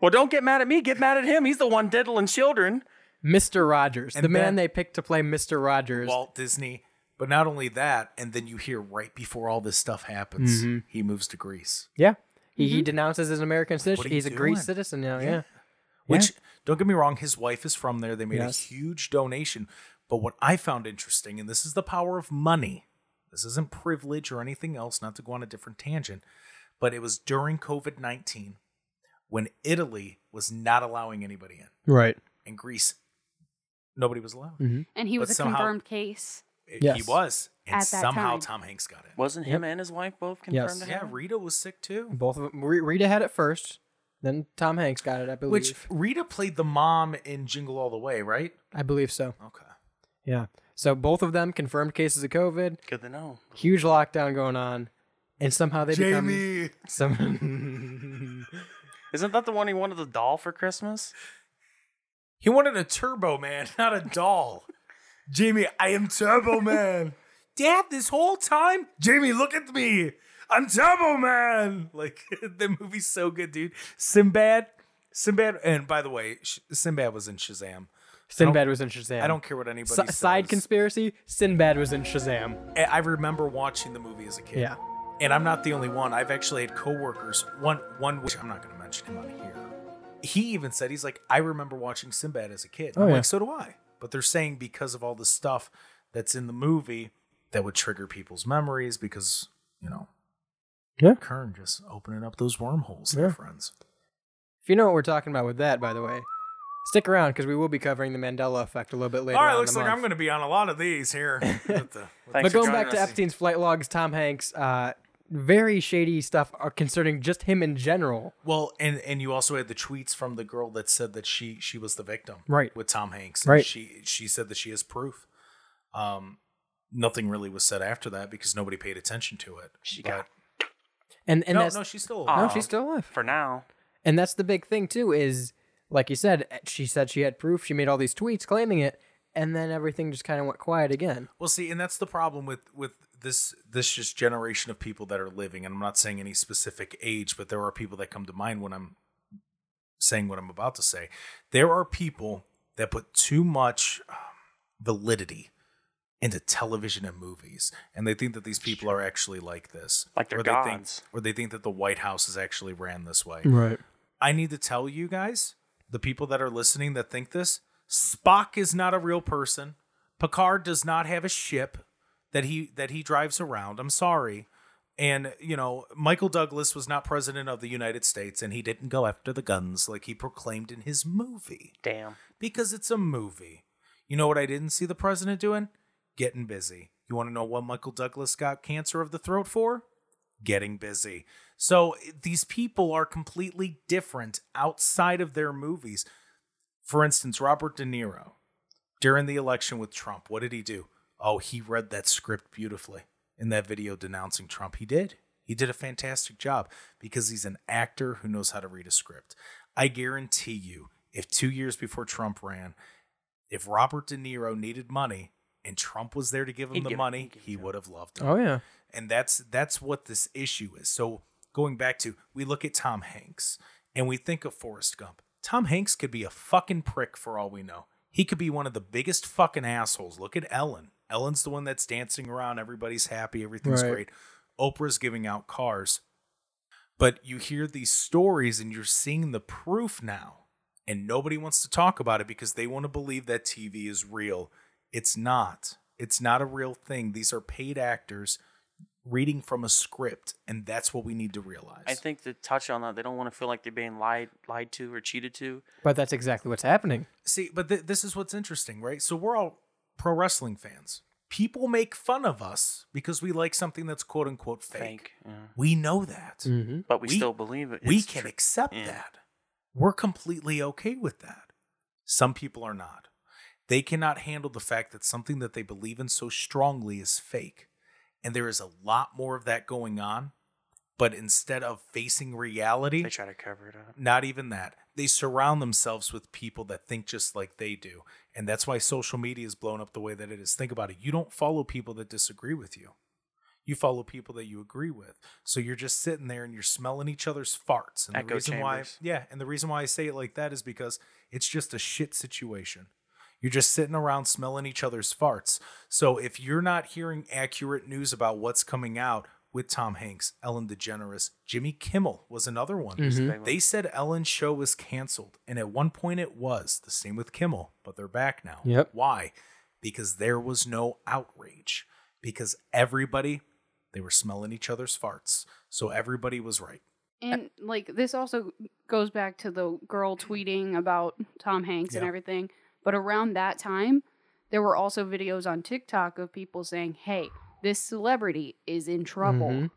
Speaker 7: Well, don't get mad at me. Get mad at him. He's the one diddling children.
Speaker 1: Mr. Rogers. The
Speaker 8: And
Speaker 1: man
Speaker 8: then-
Speaker 1: they picked to play Mr. Rogers.
Speaker 8: Walt Disney. But not only that, and then you hear right before all this stuff happens,
Speaker 1: Mm-hmm.
Speaker 8: he moves to Greece.
Speaker 1: yeah. Mm-hmm. He, he denounces his American
Speaker 8: What
Speaker 1: citizen.
Speaker 8: are you
Speaker 1: He's a Greece
Speaker 8: Mm-hmm. doing?
Speaker 1: citizen now.
Speaker 8: Yeah.
Speaker 1: Yeah.
Speaker 8: Which don't get me wrong, his wife is from there. They made
Speaker 1: Yes.
Speaker 8: a huge donation. But what I found interesting, and this is the power of money. This isn't privilege or anything else, not to go on a different tangent, but it was during COVID 19 when Italy was not allowing anybody in.
Speaker 1: Right. Mm-hmm.
Speaker 8: And Greece, nobody was allowed.
Speaker 9: And he
Speaker 8: But
Speaker 9: was a
Speaker 8: somehow-
Speaker 9: confirmed case.
Speaker 8: He
Speaker 1: Mm. Yes.
Speaker 8: was. And
Speaker 9: At that
Speaker 8: somehow
Speaker 9: time. Uh-huh.
Speaker 8: Tom Hanks got it.
Speaker 7: Wasn't him and his wife both confirmed?
Speaker 1: Yes.
Speaker 7: to
Speaker 8: Yeah,
Speaker 7: have it?
Speaker 8: Rita was sick too.
Speaker 1: Both of them. Rita had it first. Then Tom Hanks got it, I believe.
Speaker 8: Which Rita played the mom in Jingle All the Way, right?
Speaker 1: I believe so.
Speaker 8: Okay.
Speaker 1: Yeah. So both of them confirmed cases of COVID.
Speaker 7: Good to know.
Speaker 1: Huge lockdown going on. and somehow they become
Speaker 8: Jamie.
Speaker 1: some.
Speaker 7: Isn't that the one he wanted the doll for Christmas?
Speaker 8: He wanted a Turbo Man, not a doll. Jamie, I am Turbo Man. Dad, this whole time, Jamie, look at me. I'm Turbo Man. Like the movie's so good, dude. Sinbad, Sinbad, and by the way, Sh- Sinbad was in Shazam.
Speaker 1: Sinbad was in Shazam.
Speaker 8: I don't care what anybody
Speaker 1: S- side
Speaker 8: says.
Speaker 1: conspiracy: Sinbad was in Shazam.
Speaker 8: Eh, I I remember watching the movie as a kid.
Speaker 1: Yeah.
Speaker 8: And I'm not the only one. I've actually had coworkers. One, one which I'm not going to mention him on here. He even said he's like, I remember watching Sinbad as a kid.
Speaker 1: Oh,
Speaker 8: I'm
Speaker 1: yeah.
Speaker 8: like, so do I. But they're saying because of all the stuff that's in the movie that would trigger people's memories because you know,
Speaker 1: Yeah.
Speaker 8: Kern just opening up those wormholes,
Speaker 1: Yeah.
Speaker 8: there, friends.
Speaker 1: If you know what we're talking about with that, by the way, stick around because we will be covering the Mandela effect a little bit later.
Speaker 8: all right,
Speaker 1: on in
Speaker 8: looks
Speaker 1: the
Speaker 8: like
Speaker 1: month.
Speaker 8: I'm going to be on a lot of these here. with the- with
Speaker 7: Thanks
Speaker 1: But
Speaker 7: for
Speaker 1: going
Speaker 7: joining
Speaker 1: back to
Speaker 7: us.
Speaker 1: Epstein's flight logs, Tom Hanks, uh, very shady stuff are concerning just him in general.
Speaker 8: Well, and and you also had the tweets from the girl that said that she she was the victim,
Speaker 1: Right.
Speaker 8: With Tom Hanks,
Speaker 1: Right.
Speaker 8: She she said that she has proof. Um, nothing really was said after that because nobody paid attention to it.
Speaker 7: She
Speaker 8: But-
Speaker 7: got-
Speaker 1: And and
Speaker 8: no,
Speaker 1: that's
Speaker 8: no, she's still
Speaker 1: no,
Speaker 8: alive.
Speaker 1: she's still alive.
Speaker 7: For now,
Speaker 1: And that's the big thing too is like you said, eh, she said she had proof. She made all these tweets claiming it, and then everything just kind of went quiet again.
Speaker 8: Well, see, and that's the problem with with this this just generation of people that are living. And I'm not saying any specific age, but there are people that come to mind when I'm saying what I'm about to say. There are people that put too much um, validity into television and movies, and they think that these people are actually like this,
Speaker 7: Like they're
Speaker 8: or they
Speaker 7: gods.
Speaker 8: think, or they think that the White House is actually ran this way.
Speaker 1: Right.
Speaker 8: I need to tell you guys, the people that are listening that think this, Spock is not a real person. Picard does not have a ship that he that he drives around. I'm sorry. And you know, Michael Douglas was not president of the United States and he didn't go after the guns like he proclaimed in his movie
Speaker 7: damn.
Speaker 8: because it's a movie. You know what I didn't see the president doing? Getting busy. You want to know what Michael Douglas got cancer of the throat for? Getting busy. So these people are completely different outside of their movies. For instance, Robert De Niro during the election with Trump, what did he do? Oh, he read that script beautifully in that video denouncing Trump. He did. He did a fantastic job because he's an actor who knows how to read a script. I guarantee you, if two years before Trump ran, if Robert De Niro needed money and Trump was there to give him
Speaker 7: He'd
Speaker 8: the
Speaker 7: give-
Speaker 8: money,
Speaker 7: he'd give
Speaker 8: he
Speaker 7: it to him.
Speaker 8: would have loved him
Speaker 1: Oh yeah.
Speaker 8: and that's that's what this issue is. So going back to we look at Tom Hanks and we think of Forrest Gump. Tom Hanks could be a fucking prick for all we know. He could be one of the biggest fucking assholes. Look at Ellen. Ellen's the one that's dancing around. Everybody's happy. Everything's
Speaker 1: Right.
Speaker 8: great. Oprah's giving out cars. But you hear these stories and you're seeing the proof now. And nobody wants to talk about it because they want to believe that TV is real. It's not. It's not a real thing. These are paid actors reading from a script, and that's what we need to realize.
Speaker 7: I think to touch on that, they don't want to feel like they're being lied lied to or cheated to.
Speaker 1: But that's exactly what's happening.
Speaker 8: See, but th- this is what's interesting, right? So we're all pro wrestling fans. People make fun of us because we like something that's quote unquote fake.
Speaker 7: Fake. yeah.
Speaker 8: We know that.
Speaker 1: Mm-hmm.
Speaker 7: But we,
Speaker 8: We-
Speaker 7: still believe it.
Speaker 8: we
Speaker 7: It's
Speaker 8: can
Speaker 7: tr-
Speaker 8: accept
Speaker 7: yeah.
Speaker 8: that. We're completely okay with that. Some people are not. They cannot handle the fact that something that they believe in so strongly is fake. And there is a lot more of that going on. But instead of facing reality,
Speaker 7: They try to cover it up.
Speaker 8: not even that. They surround themselves with people that think just like they do. And that's why social media is blown up the way that it is. Think about it. You don't follow people that disagree with you, you follow people that you agree with. So you're just sitting there and you're smelling each other's farts. And
Speaker 7: Echo chambers.
Speaker 8: why, yeah. And the reason why I say it like that is because it's just a shit situation. You're just sitting around smelling each other's farts. So if you're not hearing accurate news about what's coming out with Tom Hanks, Ellen DeGeneres, Jimmy Kimmel was another one. They said Ellen's show was canceled, and at one point it was. The same with Kimmel, but they're back now.
Speaker 1: Yep.
Speaker 8: Why? Because there was no outrage. Because everybody, they were smelling each other's farts. So everybody was right.
Speaker 9: And like this also goes back to the girl tweeting about Tom Hanks and
Speaker 8: Yeah.
Speaker 9: everything. But around that time, there were also videos on TikTok of people saying, "Hey, this celebrity is in trouble."
Speaker 1: Mhm.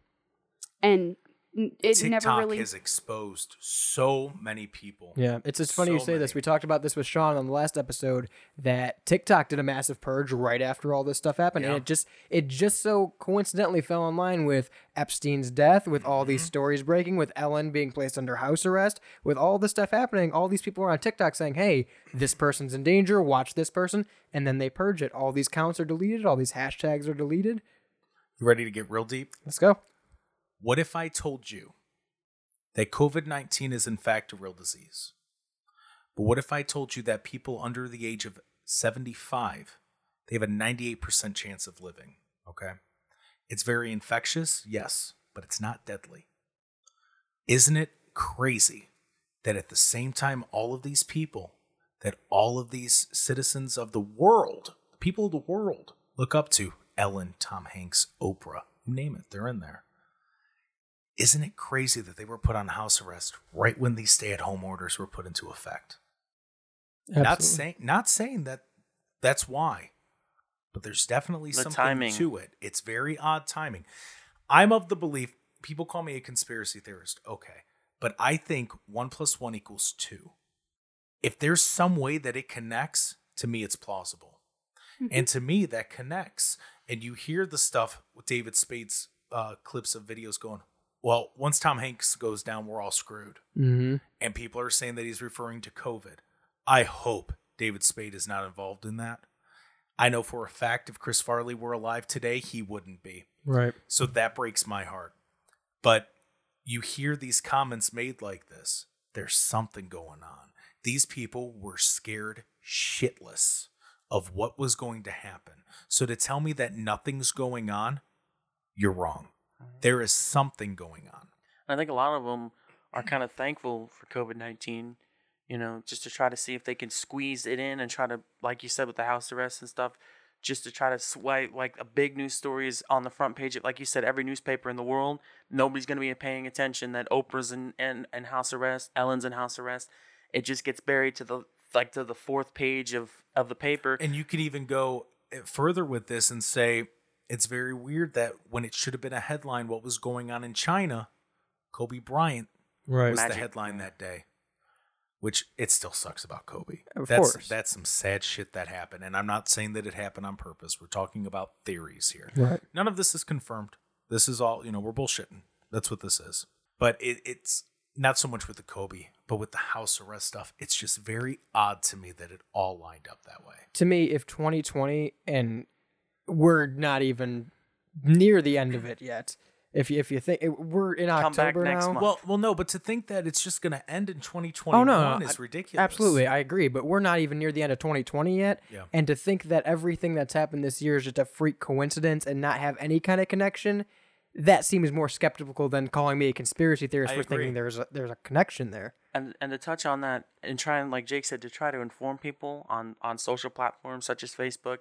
Speaker 9: And it never
Speaker 8: Mm-hmm. TikTok
Speaker 9: really
Speaker 8: has exposed so many people.
Speaker 1: Yeah, it's it's funny you
Speaker 8: So
Speaker 1: say this.
Speaker 8: many.
Speaker 1: We talked about this with Sean on the last episode that TikTok did a massive purge right after all this stuff happened, and it just it just so coincidentally fell in line with Epstein's death, with all
Speaker 8: Mm-hmm.
Speaker 1: these stories breaking, with Ellen being placed under house arrest, with all this stuff happening. All these people are on TikTok saying, "Hey, this person's in danger. Watch this person," and then they purge it. All these counts are deleted. All these hashtags are deleted.
Speaker 8: You ready to get real deep?
Speaker 1: Let's go.
Speaker 8: What if I told you that COVID 19 is in fact a real disease? But what if I told you that people under the age of 75, they have a 98% chance of living, okay? It's very infectious, yes, but it's not deadly. Isn't it crazy that at the same time all of these people, that all of these citizens of the world, people of the world look up to Ellen, Tom Hanks, Oprah, you name it, they're in there isn't it crazy that they were put on house arrest right when these stay-at-home orders were put into effect? Not
Speaker 1: Absolutely.
Speaker 8: saying not saying that that's why, but there's definitely
Speaker 7: The
Speaker 8: something
Speaker 7: timing.
Speaker 8: to it. It's very odd timing. I'm of the belief people call me a conspiracy theorist. Okay, but I think one plus one equals two. If there's some way that it connects, to me, it's plausible.
Speaker 7: Mm-hmm.
Speaker 8: And to me, that connects. And you hear the stuff with David Spade's uh, clips of videos going, well, once Tom Hanks goes down, we're all screwed.
Speaker 1: Mhm.
Speaker 8: And people are saying that he's referring to COVID. I hope David Spade is not involved in that. I know for a fact if Chris Farley were alive today, he wouldn't be.
Speaker 1: Right.
Speaker 8: So that breaks my heart. But you hear these comments made like this. There's something going on. These people were scared shitless of what was going to happen. So to tell me that nothing's going on, you're wrong. There is something going on.
Speaker 7: I think a lot of them are kind of thankful for COVID 19, you know, just to try to see if they can squeeze it in and try to, like you said, with the house arrest and stuff, just to try to swipe like a big news story is on the front page of, like you said, every newspaper in the world. Nobody's going to be paying attention that Oprah's in, in, in house arrest, Ellen's in house arrest. It just gets buried to the like to the fourth page of of the paper.
Speaker 8: And you could even go eh, further with this and say it's very weird that when it should have been a headline, what was going on in China, Kobe Bryant
Speaker 1: Right.
Speaker 8: was the
Speaker 7: Magic.
Speaker 8: headline that day. Which it still sucks about Kobe.
Speaker 1: Of
Speaker 8: that's
Speaker 1: course.
Speaker 8: that's some sad shit that happened. And I'm not saying that it happened on purpose. We're talking about theories here.
Speaker 1: Right.
Speaker 8: None of this is confirmed. This is all, you know, we're bullshitting. That's what this is. But it, it's not so much with the Kobe, but with the house arrest stuff. It's just very odd to me that it all lined up that way.
Speaker 1: to me, if 2020 and we're not even near the end of it yet. If you, if you think eh, we're in
Speaker 7: Come back
Speaker 1: October
Speaker 7: next
Speaker 1: now,
Speaker 7: month.
Speaker 8: Well, well, no, but to think that it's just going to end in 2021
Speaker 1: oh no, no
Speaker 8: is
Speaker 1: I-
Speaker 8: ridiculous.
Speaker 1: Absolutely, I agree. But we're not even near the end of 2020 yet.
Speaker 8: Yeah.
Speaker 1: And to think that everything that's happened this year is just a freak coincidence and not have any kind of connection, that seems more skeptical than calling me a conspiracy theorist
Speaker 8: I
Speaker 1: for
Speaker 8: agree.
Speaker 1: thinking there's a, there's a connection there.
Speaker 7: and and to touch on that and try and like jake said to try to inform people on on social platforms such as facebook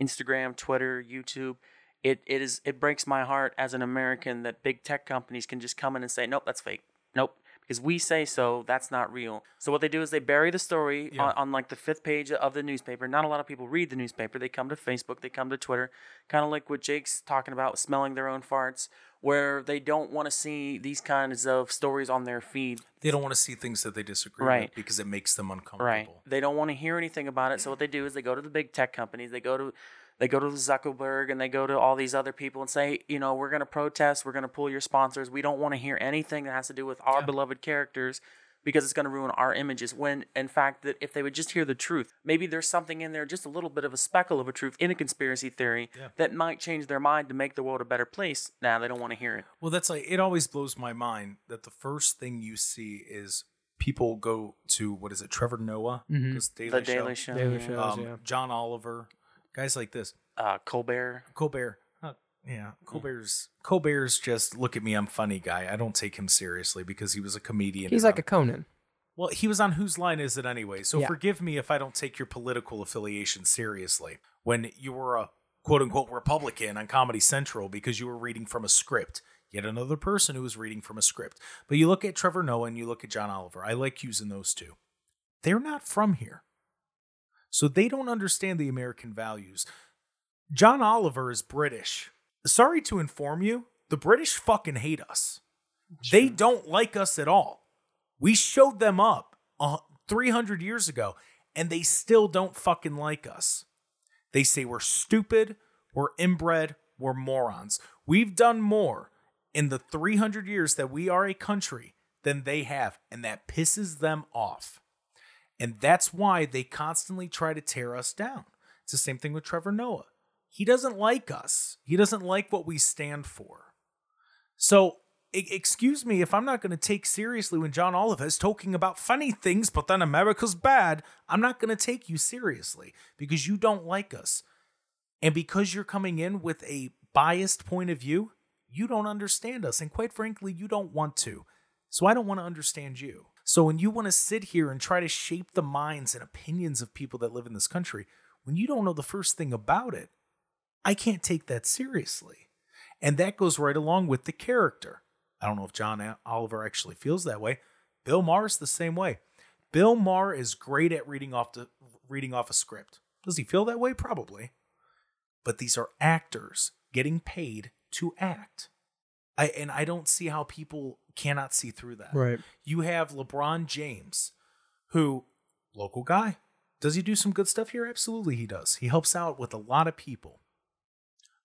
Speaker 7: instagram twitter youtube it it is it breaks my heart as an american that big tech companies can just come in and say nope that's fake nope because we say so that's not real so what they do is they bury the story on, on like the fifth page of the newspaper not a lot of people read the newspaper they come to facebook they come to twitter kind of like what jake's talking about smelling their own farts where they don't want to see these kinds of stories on their feed
Speaker 8: They don't want to see things that they disagree
Speaker 7: Right.
Speaker 8: with because it makes them uncomfortable.
Speaker 7: Right. They don't want to hear anything about it. So what they do is they go to the big tech companies. They go to they go to Zuckerberg and they go to all these other people and say, you know, we're going to protest. We're going to pull your sponsors. We don't want to hear anything that has to do with our beloved characters because it's going to ruin our images. When in fact that if they would just hear the truth, maybe there's something in there, just a little bit of a speckle of a truth in a conspiracy theory that might change their mind to make the world a better place. Now they don't want to hear it.
Speaker 8: Well, that's like it always blows my mind that the first thing you see is people go to what is it, Trevor Noah, This Daily
Speaker 7: the Daily Show,
Speaker 1: Mm-hmm. Daily
Speaker 7: yeah.
Speaker 1: Show.
Speaker 8: um,
Speaker 1: yeah.
Speaker 8: John Oliver, guys like this.
Speaker 7: uh, Colbert.
Speaker 8: Colbert. Huh, yeah, Colbert's Colbert's just look at me, I'm funny guy. I don't take him seriously because he was a comedian.
Speaker 1: He's
Speaker 8: and
Speaker 1: like a Conan.
Speaker 8: Well, he was on Whose Line Is It Anyway? So
Speaker 1: Yeah.
Speaker 8: forgive me if I don't take your political affiliation seriously when you were a quote unquote Republican on Comedy Central because you were reading from a script. Yet another person who was reading from a script. But you look at Trevor Noah and you look at John Oliver. I like using those two. They're not from here. So they don't understand the American values. John Oliver is British. Sorry to inform you, the British fucking hate us. They don't like us at all. We showed them up uh, 300 years ago, and they still don't fucking like us. They say we're stupid, we're inbred, we're morons. We've done more in the 300 years that we are a country than they have, and that pisses them off. And that's why they constantly try to tear us down. It's the same thing with Trevor Noah. He doesn't like us, he doesn't like what we stand for. So, e- excuse me if I'm not going to take seriously when John Oliver is talking about funny things, but then America's bad, I'm not going to take you seriously because you don't like us. And because you're coming in with a biased point of view, you don't understand us. And quite frankly, you don't want to. So I don't want to understand you. So when you want to sit here and try to shape the minds and opinions of people that live in this country, when you don't know the first thing about it, I can't take that seriously. And that goes right along with the character. I don't know if John A- Oliver actually feels that way. Bill Maher's the same way. Bill Maher is great at reading off the reading off a script. Does he feel that way? Probably. But these are actors getting paid to act. I and I don't see how people cannot see through that.
Speaker 1: Right.
Speaker 8: You have LeBron James, who local guy. Does he do some good stuff here? Absolutely he does. He helps out with a lot of people.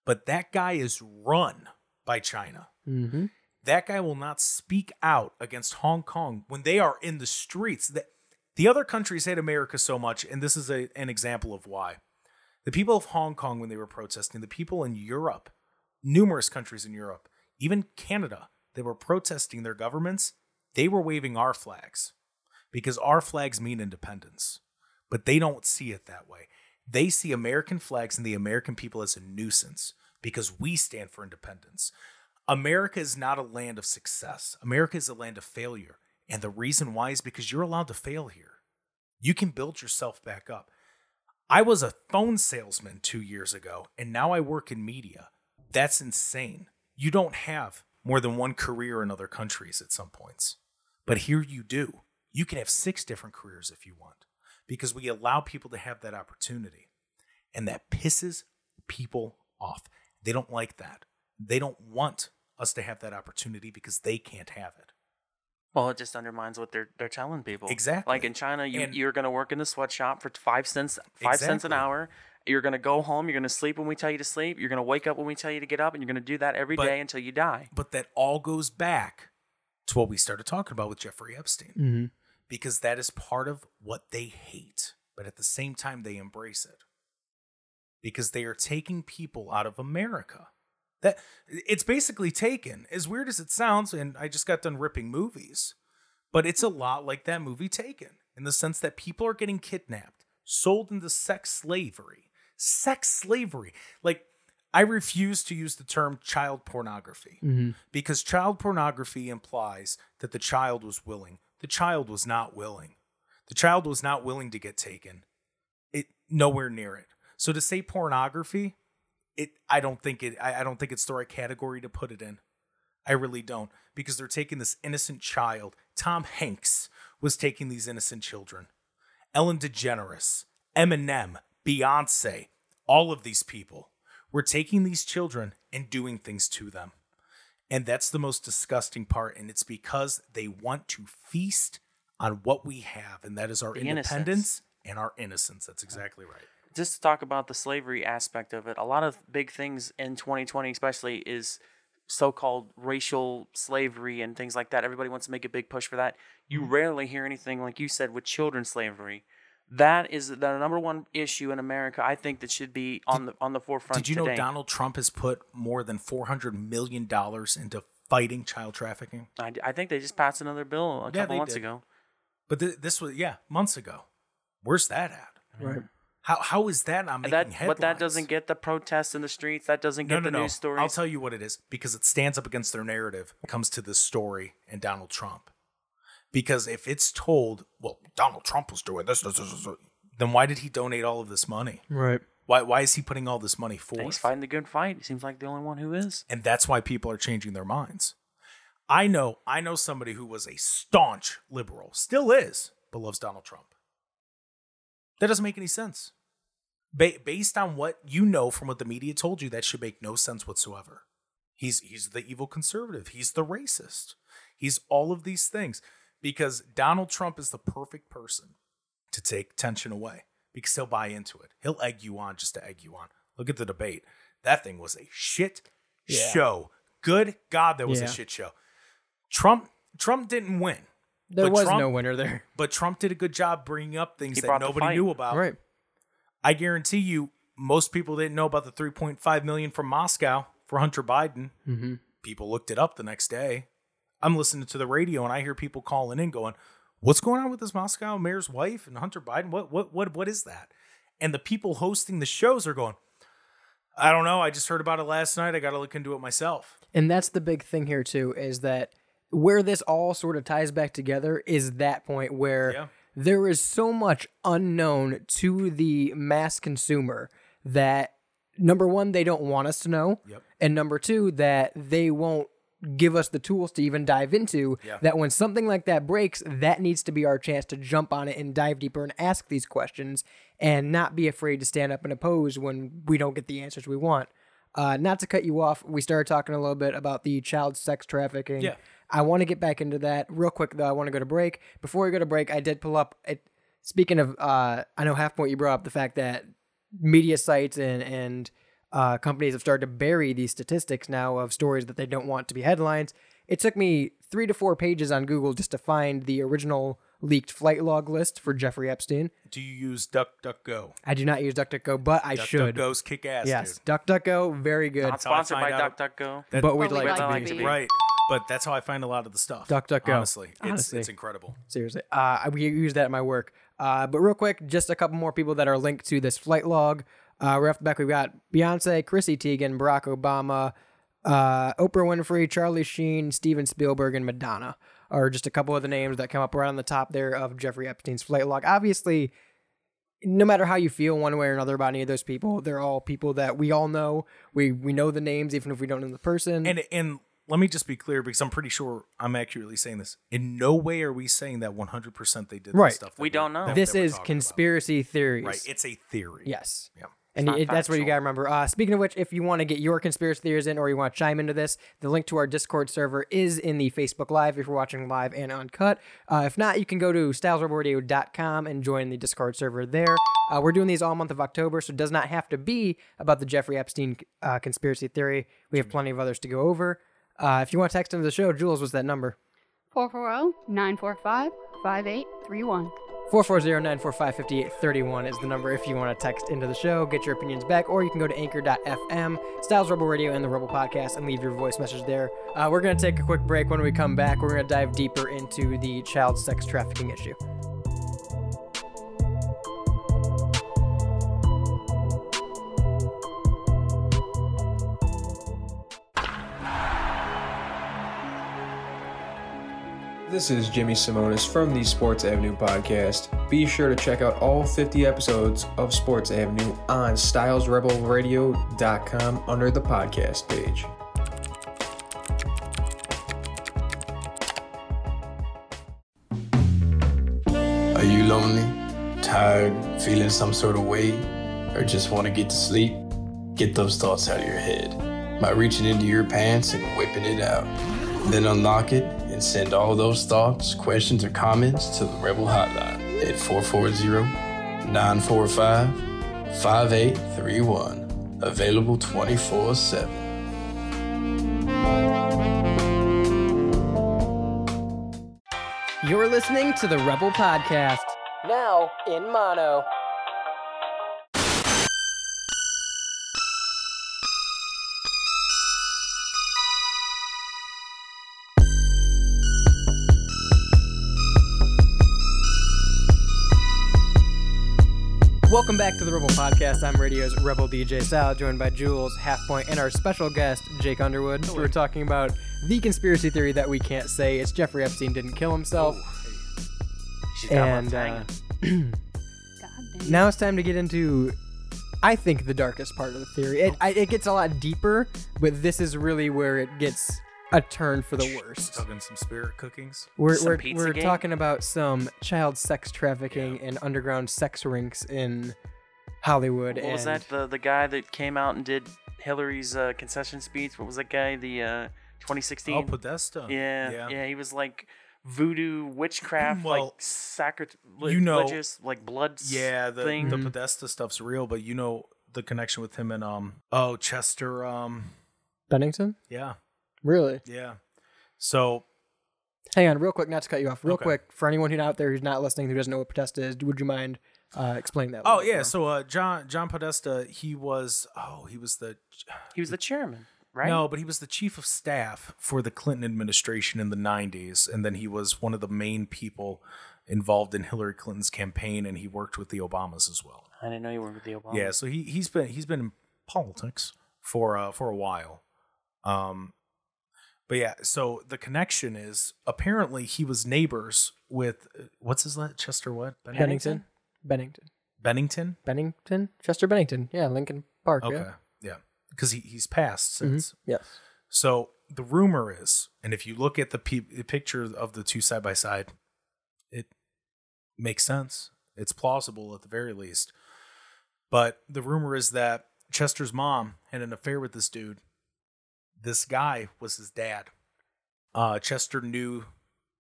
Speaker 8: But that guy is run by China
Speaker 1: Mm-hmm.
Speaker 8: that guy will not speak out against Hong Kong when they are in the streets. That the other countries hate America so much, and this is a, an example of why. The people of Hong Kong, when they were protesting, the people in Europe, numerous countries in Europe, even Canada, they were protesting their governments. They were waving our flags because our flags mean independence, but they don't see it that way. They see American flags and the American people as a nuisance because we stand for independence. America is not a land of success. America is a land of failure. And the reason why is because you're allowed to fail here. You can build yourself back up. I was a phone salesman two years ago, and now I work in media. That's insane. You don't have more than one career in other countries at some points, but here you do. You can have six different careers if you want because we allow people to have that opportunity. And that pisses people off. They don't like that. They don't want us to have that opportunity because they can't have it.
Speaker 7: Well, it just undermines what they're they're telling people.
Speaker 8: Exactly.
Speaker 7: Like in China, you
Speaker 8: And-
Speaker 7: you're gonna work in the sweatshop for five cents five cents an
Speaker 8: Exactly.
Speaker 7: hour. You're gonna go home. You're gonna sleep when we tell you to sleep. You're gonna wake up when we tell you to get up, and you're gonna do that every day
Speaker 8: But-
Speaker 7: until you die.
Speaker 8: But that all goes back to what we started talking about with Jeffrey Epstein
Speaker 1: Mm-hmm.
Speaker 8: because that is part of what they hate. But at the same time, they embrace it because they are taking people out of America. That it's basically taken, as weird as it sounds, and I just got done ripping movies, but it's a lot like that movie Taken in the sense that people are getting kidnapped, sold into sex slavery. Sex slavery. Like, I refuse to use the term child pornography because child pornography implies that the child was willing. The child was not willing. The child was not willing to get taken. It nowhere near it. So to say pornography, it I don't think it I, I don't think it's the right category to put it in. I really don't because they're taking this innocent child. Tom Hanks was taking these innocent children. Ellen DeGeneres, Eminem, Beyonce, all of these people were taking these children and doing things to them. And that's the most disgusting part. And it's because they want to feast on what we have, and that is our
Speaker 7: The innocence.
Speaker 8: independence and our innocence. That's exactly right.
Speaker 7: just to talk about the slavery aspect of it, a lot of big things in 2020, especially, is so called racial slavery and things like that. Everybody wants to make a big push for that. You
Speaker 8: Mm-hmm.
Speaker 7: rarely hear anything, like you said, with children slavery. That is the number one issue in America. I think that should be on the on the forefront.
Speaker 8: Did you know
Speaker 7: today.
Speaker 8: Donald Trump has put more than four hundred million dollars into fighting child trafficking?
Speaker 7: I, I think they just passed another bill a
Speaker 8: Yeah,
Speaker 7: couple
Speaker 8: they
Speaker 7: months
Speaker 8: did.
Speaker 7: ago.
Speaker 8: But th- this was yeah months ago. Where's that at? Right. How how is that not making
Speaker 7: That,
Speaker 8: headlines?
Speaker 7: but that doesn't get the protests in the streets. That doesn't get
Speaker 8: no no
Speaker 7: the
Speaker 8: no.
Speaker 7: news stories.
Speaker 8: I'll tell you what it is because it stands up against their narrative. When it comes to this story and Donald Trump, because if it's told, well, Donald Trump was doing this, this, this, this, this, then why did he donate all of this money?
Speaker 1: Right.
Speaker 8: Why why is he putting all this money for?
Speaker 7: And he's fighting the good fight. He seems like the only one who is.
Speaker 8: and that's why people are changing their minds. I know, I know somebody who was a staunch liberal, still is, but loves Donald Trump. That doesn't make any sense. Ba- based on what you know from what the media told you, that should make no sense whatsoever. He's he's the evil conservative. He's the racist. He's all of these things because Donald Trump is the perfect person to take tension away because he'll buy into it. He'll egg you on just to egg you on. Look at the debate. That thing was a shit show. Good God, that was a
Speaker 1: Yeah.
Speaker 8: shit show. Trump Trump didn't win,
Speaker 1: There
Speaker 8: But
Speaker 1: was
Speaker 8: Trump-
Speaker 1: no winner there.
Speaker 8: but Trump did a good job bringing up things
Speaker 7: He
Speaker 8: that
Speaker 7: brought the
Speaker 8: nobody
Speaker 7: fight.
Speaker 8: knew about.
Speaker 1: Right.
Speaker 8: I guarantee you, most people didn't know about the 3.5 million from Moscow for Hunter Biden.
Speaker 1: Mm-hmm.
Speaker 8: People looked it up the next day. I'm listening to the radio and I hear people calling in, going, "What's going on with this Moscow mayor's wife and Hunter Biden? What, what, what, what is that?" And the people hosting the shows are going, "I don't know. I just heard about it last night. I got to look into it myself."
Speaker 1: And that's the big thing here too is that where this all sort of ties back together is that point where
Speaker 8: Yeah.
Speaker 1: there is so much unknown to the mass consumer that number one they don't want us to know,
Speaker 8: Yep.
Speaker 1: and number two that they won't give us the tools to even dive into.
Speaker 8: Yeah.
Speaker 1: That when something like that breaks, that needs to be our chance to jump on it and dive deeper and ask these questions and not be afraid to stand up and oppose when we don't get the answers we want. Uh, not to cut you off, we started talking a little bit about the child sex trafficking.
Speaker 8: Yeah.
Speaker 1: I want to get back into that real quick, though. I want to go to break. Before we go to break, I did pull up. It, speaking of, uh, I know half point you brought up the fact that media sites and and uh, companies have started to bury these statistics now of stories that they don't want to be headlines. It took me three to four pages on Google just to find the original leaked flight log list for Jeffrey Epstein.
Speaker 8: Do you use DuckDuckGo?
Speaker 1: I do not use DuckDuckGo, but I should.
Speaker 8: DuckDuckGo's kick ass,
Speaker 1: yes,
Speaker 8: dude.
Speaker 1: DuckDuckGo, very good.
Speaker 7: Not sponsored
Speaker 8: find
Speaker 7: by
Speaker 8: out-
Speaker 7: DuckDuckGo.
Speaker 8: That-
Speaker 1: But we'd like
Speaker 7: Well,
Speaker 1: to
Speaker 7: I
Speaker 1: be.
Speaker 7: mean-
Speaker 8: right. But that's how I find a lot of the stuff.
Speaker 1: DuckDuckGo.
Speaker 8: Honestly, it's
Speaker 1: Honestly.
Speaker 8: it's incredible.
Speaker 1: Seriously, uh, I- we use that at my work. Uh, but real quick, just a couple more people that are linked to this flight log. Uh, right off the back, we've got Beyonce, Chrissy Teigen, Barack Obama, uh, Oprah Winfrey, Charlie Sheen, Steven Spielberg, and Madonna are just a couple of the names that come up right on the top there of Jeffrey Epstein's flight log. Obviously, no matter how you feel one way or another about any of those people, they're all people that we all know. We we know the names, even if we don't know the person.
Speaker 8: And and let me just be clear because I'm pretty sure I'm accurately saying this. In no way are we saying that 100% they did
Speaker 1: Right.
Speaker 8: this stuff. that
Speaker 7: We don't know.
Speaker 8: that
Speaker 1: this
Speaker 8: they were
Speaker 1: is
Speaker 8: talking
Speaker 1: conspiracy theories.
Speaker 8: about. Right. It's a theory.
Speaker 1: Yes.
Speaker 8: Yeah.
Speaker 1: And
Speaker 7: not
Speaker 1: it, that's what you
Speaker 7: factual.
Speaker 1: got to remember. Uh, speaking of which, if you want to get your conspiracy theories in or you want to chime into this, the link to our Discord server is in the Facebook Live if you're watching live and uncut. Uh, if not, you can go to stylesrebelradio.com and join the Discord server there. Uh, we're doing these all month of October, so it does not have to be about the Jeffrey Epstein uh, conspiracy theory. We have plenty of others to go over. Uh, if you want to text into the show, Jules, what's that number?
Speaker 9: oh, 440-945-5831.
Speaker 1: 440-945-5831 is the number if you want to text into the show, get your opinions back, or you can go to anchor.fm, Styles Rebel Radio, and the Rebel Podcast, and leave your voice message there. Uh, we're going to take a quick break. When we come back, we're going to dive deeper into the child sex trafficking issue.
Speaker 10: This is Jimmy Simonis from the Sports Avenue podcast. Be sure to check out all 50 episodes of Sports Avenue on StylesRebelRadio.com under the podcast page.
Speaker 11: Are you lonely, tired, feeling some sort of way, or just want to get to sleep? Get those thoughts out of your head by reaching into your pants and whipping it out. Then unlock it and send all those thoughts, questions, or comments to the Rebel Hotline at 440 945 5831. Available 24 7.
Speaker 1: You're listening to the Rebel Podcast, now in mono. Welcome back to the Rebel Podcast. I'm radio's Rebel DJ Sal, joined by Jules, Half Point, and our special guest, Jake Underwood. We're talking about the conspiracy theory that we can't say. It's Jeffrey Epstein didn't kill himself.
Speaker 7: She's got one
Speaker 1: and uh,
Speaker 7: hanging.
Speaker 9: God damn.
Speaker 1: now it's time to get into, I think, the darkest part of the theory. It, I, it gets a lot deeper, but this is really where it gets a turn for the worst.
Speaker 8: Tugging some spirit cookings.
Speaker 1: We're,
Speaker 7: Some
Speaker 1: we're,
Speaker 7: pizza
Speaker 1: we're
Speaker 7: game?
Speaker 1: talking about some child sex trafficking and underground sex rinks in Hollywood.
Speaker 7: What was
Speaker 1: and-
Speaker 7: that? The the guy that came out and did Hillary's uh, concession speech. What was that guy? The uh, 2016.
Speaker 8: Oh, Podesta.
Speaker 7: Yeah, yeah,
Speaker 8: Yeah.
Speaker 7: He was like voodoo witchcraft, like
Speaker 8: Well,
Speaker 7: sacri-
Speaker 8: you know-
Speaker 7: religious, like blood. s-
Speaker 8: Yeah, the
Speaker 7: thing.
Speaker 1: Mm-hmm.
Speaker 8: the Podesta stuff's real, but you know the connection with him and um oh Chester um
Speaker 1: Bennington?
Speaker 8: yeah
Speaker 1: Really?
Speaker 8: yeah. So
Speaker 1: Hang on, real quick, not to cut you off, real
Speaker 8: Okay.
Speaker 1: quick, for anyone who's out there who's not listening, who doesn't know what protesta is, would you mind uh, explaining that?
Speaker 8: oh yeah, so uh John John Podesta he was oh he was the
Speaker 7: He was the chairman, right?
Speaker 8: No, but he was the chief of staff for the Clinton administration in the 90s. And then he was one of the main people involved in Hillary Clinton's campaign. And he worked with the Obamas as well.
Speaker 7: I didn't know you were with the Obama.
Speaker 8: Yeah, so he, he's been he's been in politics for uh, for a while. Um, but yeah, so the connection is apparently he was neighbors with uh, what's his last Chester what
Speaker 1: Bennington? Bennington.
Speaker 8: Bennington.
Speaker 1: Bennington? Chester Bennington. Yeah, Lincoln Park.
Speaker 8: Okay,
Speaker 1: Yeah.
Speaker 8: yeah, because he, he's passed
Speaker 1: Mhm.
Speaker 8: since.
Speaker 1: Yes.
Speaker 8: So the rumor is, and if you look at the pe- the picture of the two side by side, it makes sense. It's plausible at the very least. But the rumor is that Chester's mom had an affair with this dude. This guy was his dad. Uh, Chester knew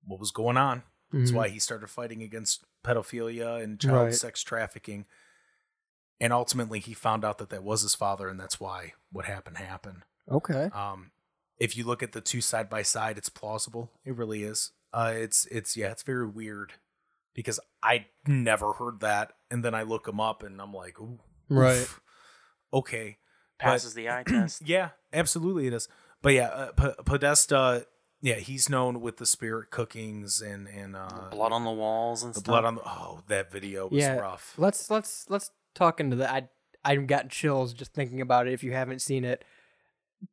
Speaker 8: what was going on. That's
Speaker 6: Mhm.
Speaker 8: why he started fighting against pedophilia and child
Speaker 6: Right.
Speaker 8: sex trafficking. And ultimately, he found out that that was his father, and that's why what happened happened.
Speaker 1: Okay.
Speaker 8: Um, if you look at the two side by side, it's plausible. It really is. Uh, it's it's yeah, it's very weird because I never heard that, and then I look them up, and I'm like, ooh,
Speaker 1: Right.
Speaker 8: oof. okay, But-
Speaker 7: Passes the eye test.
Speaker 8: yeah, absolutely it is. But yeah, uh, P- Podesta, yeah, he's known with the spirit cookings and and uh,
Speaker 7: Blood on the walls and
Speaker 8: the
Speaker 7: stuff.
Speaker 8: blood on the oh that video was
Speaker 1: yeah.
Speaker 8: rough.
Speaker 1: Let's let's let's talk into that. I I got chills just thinking about it. If you haven't seen it,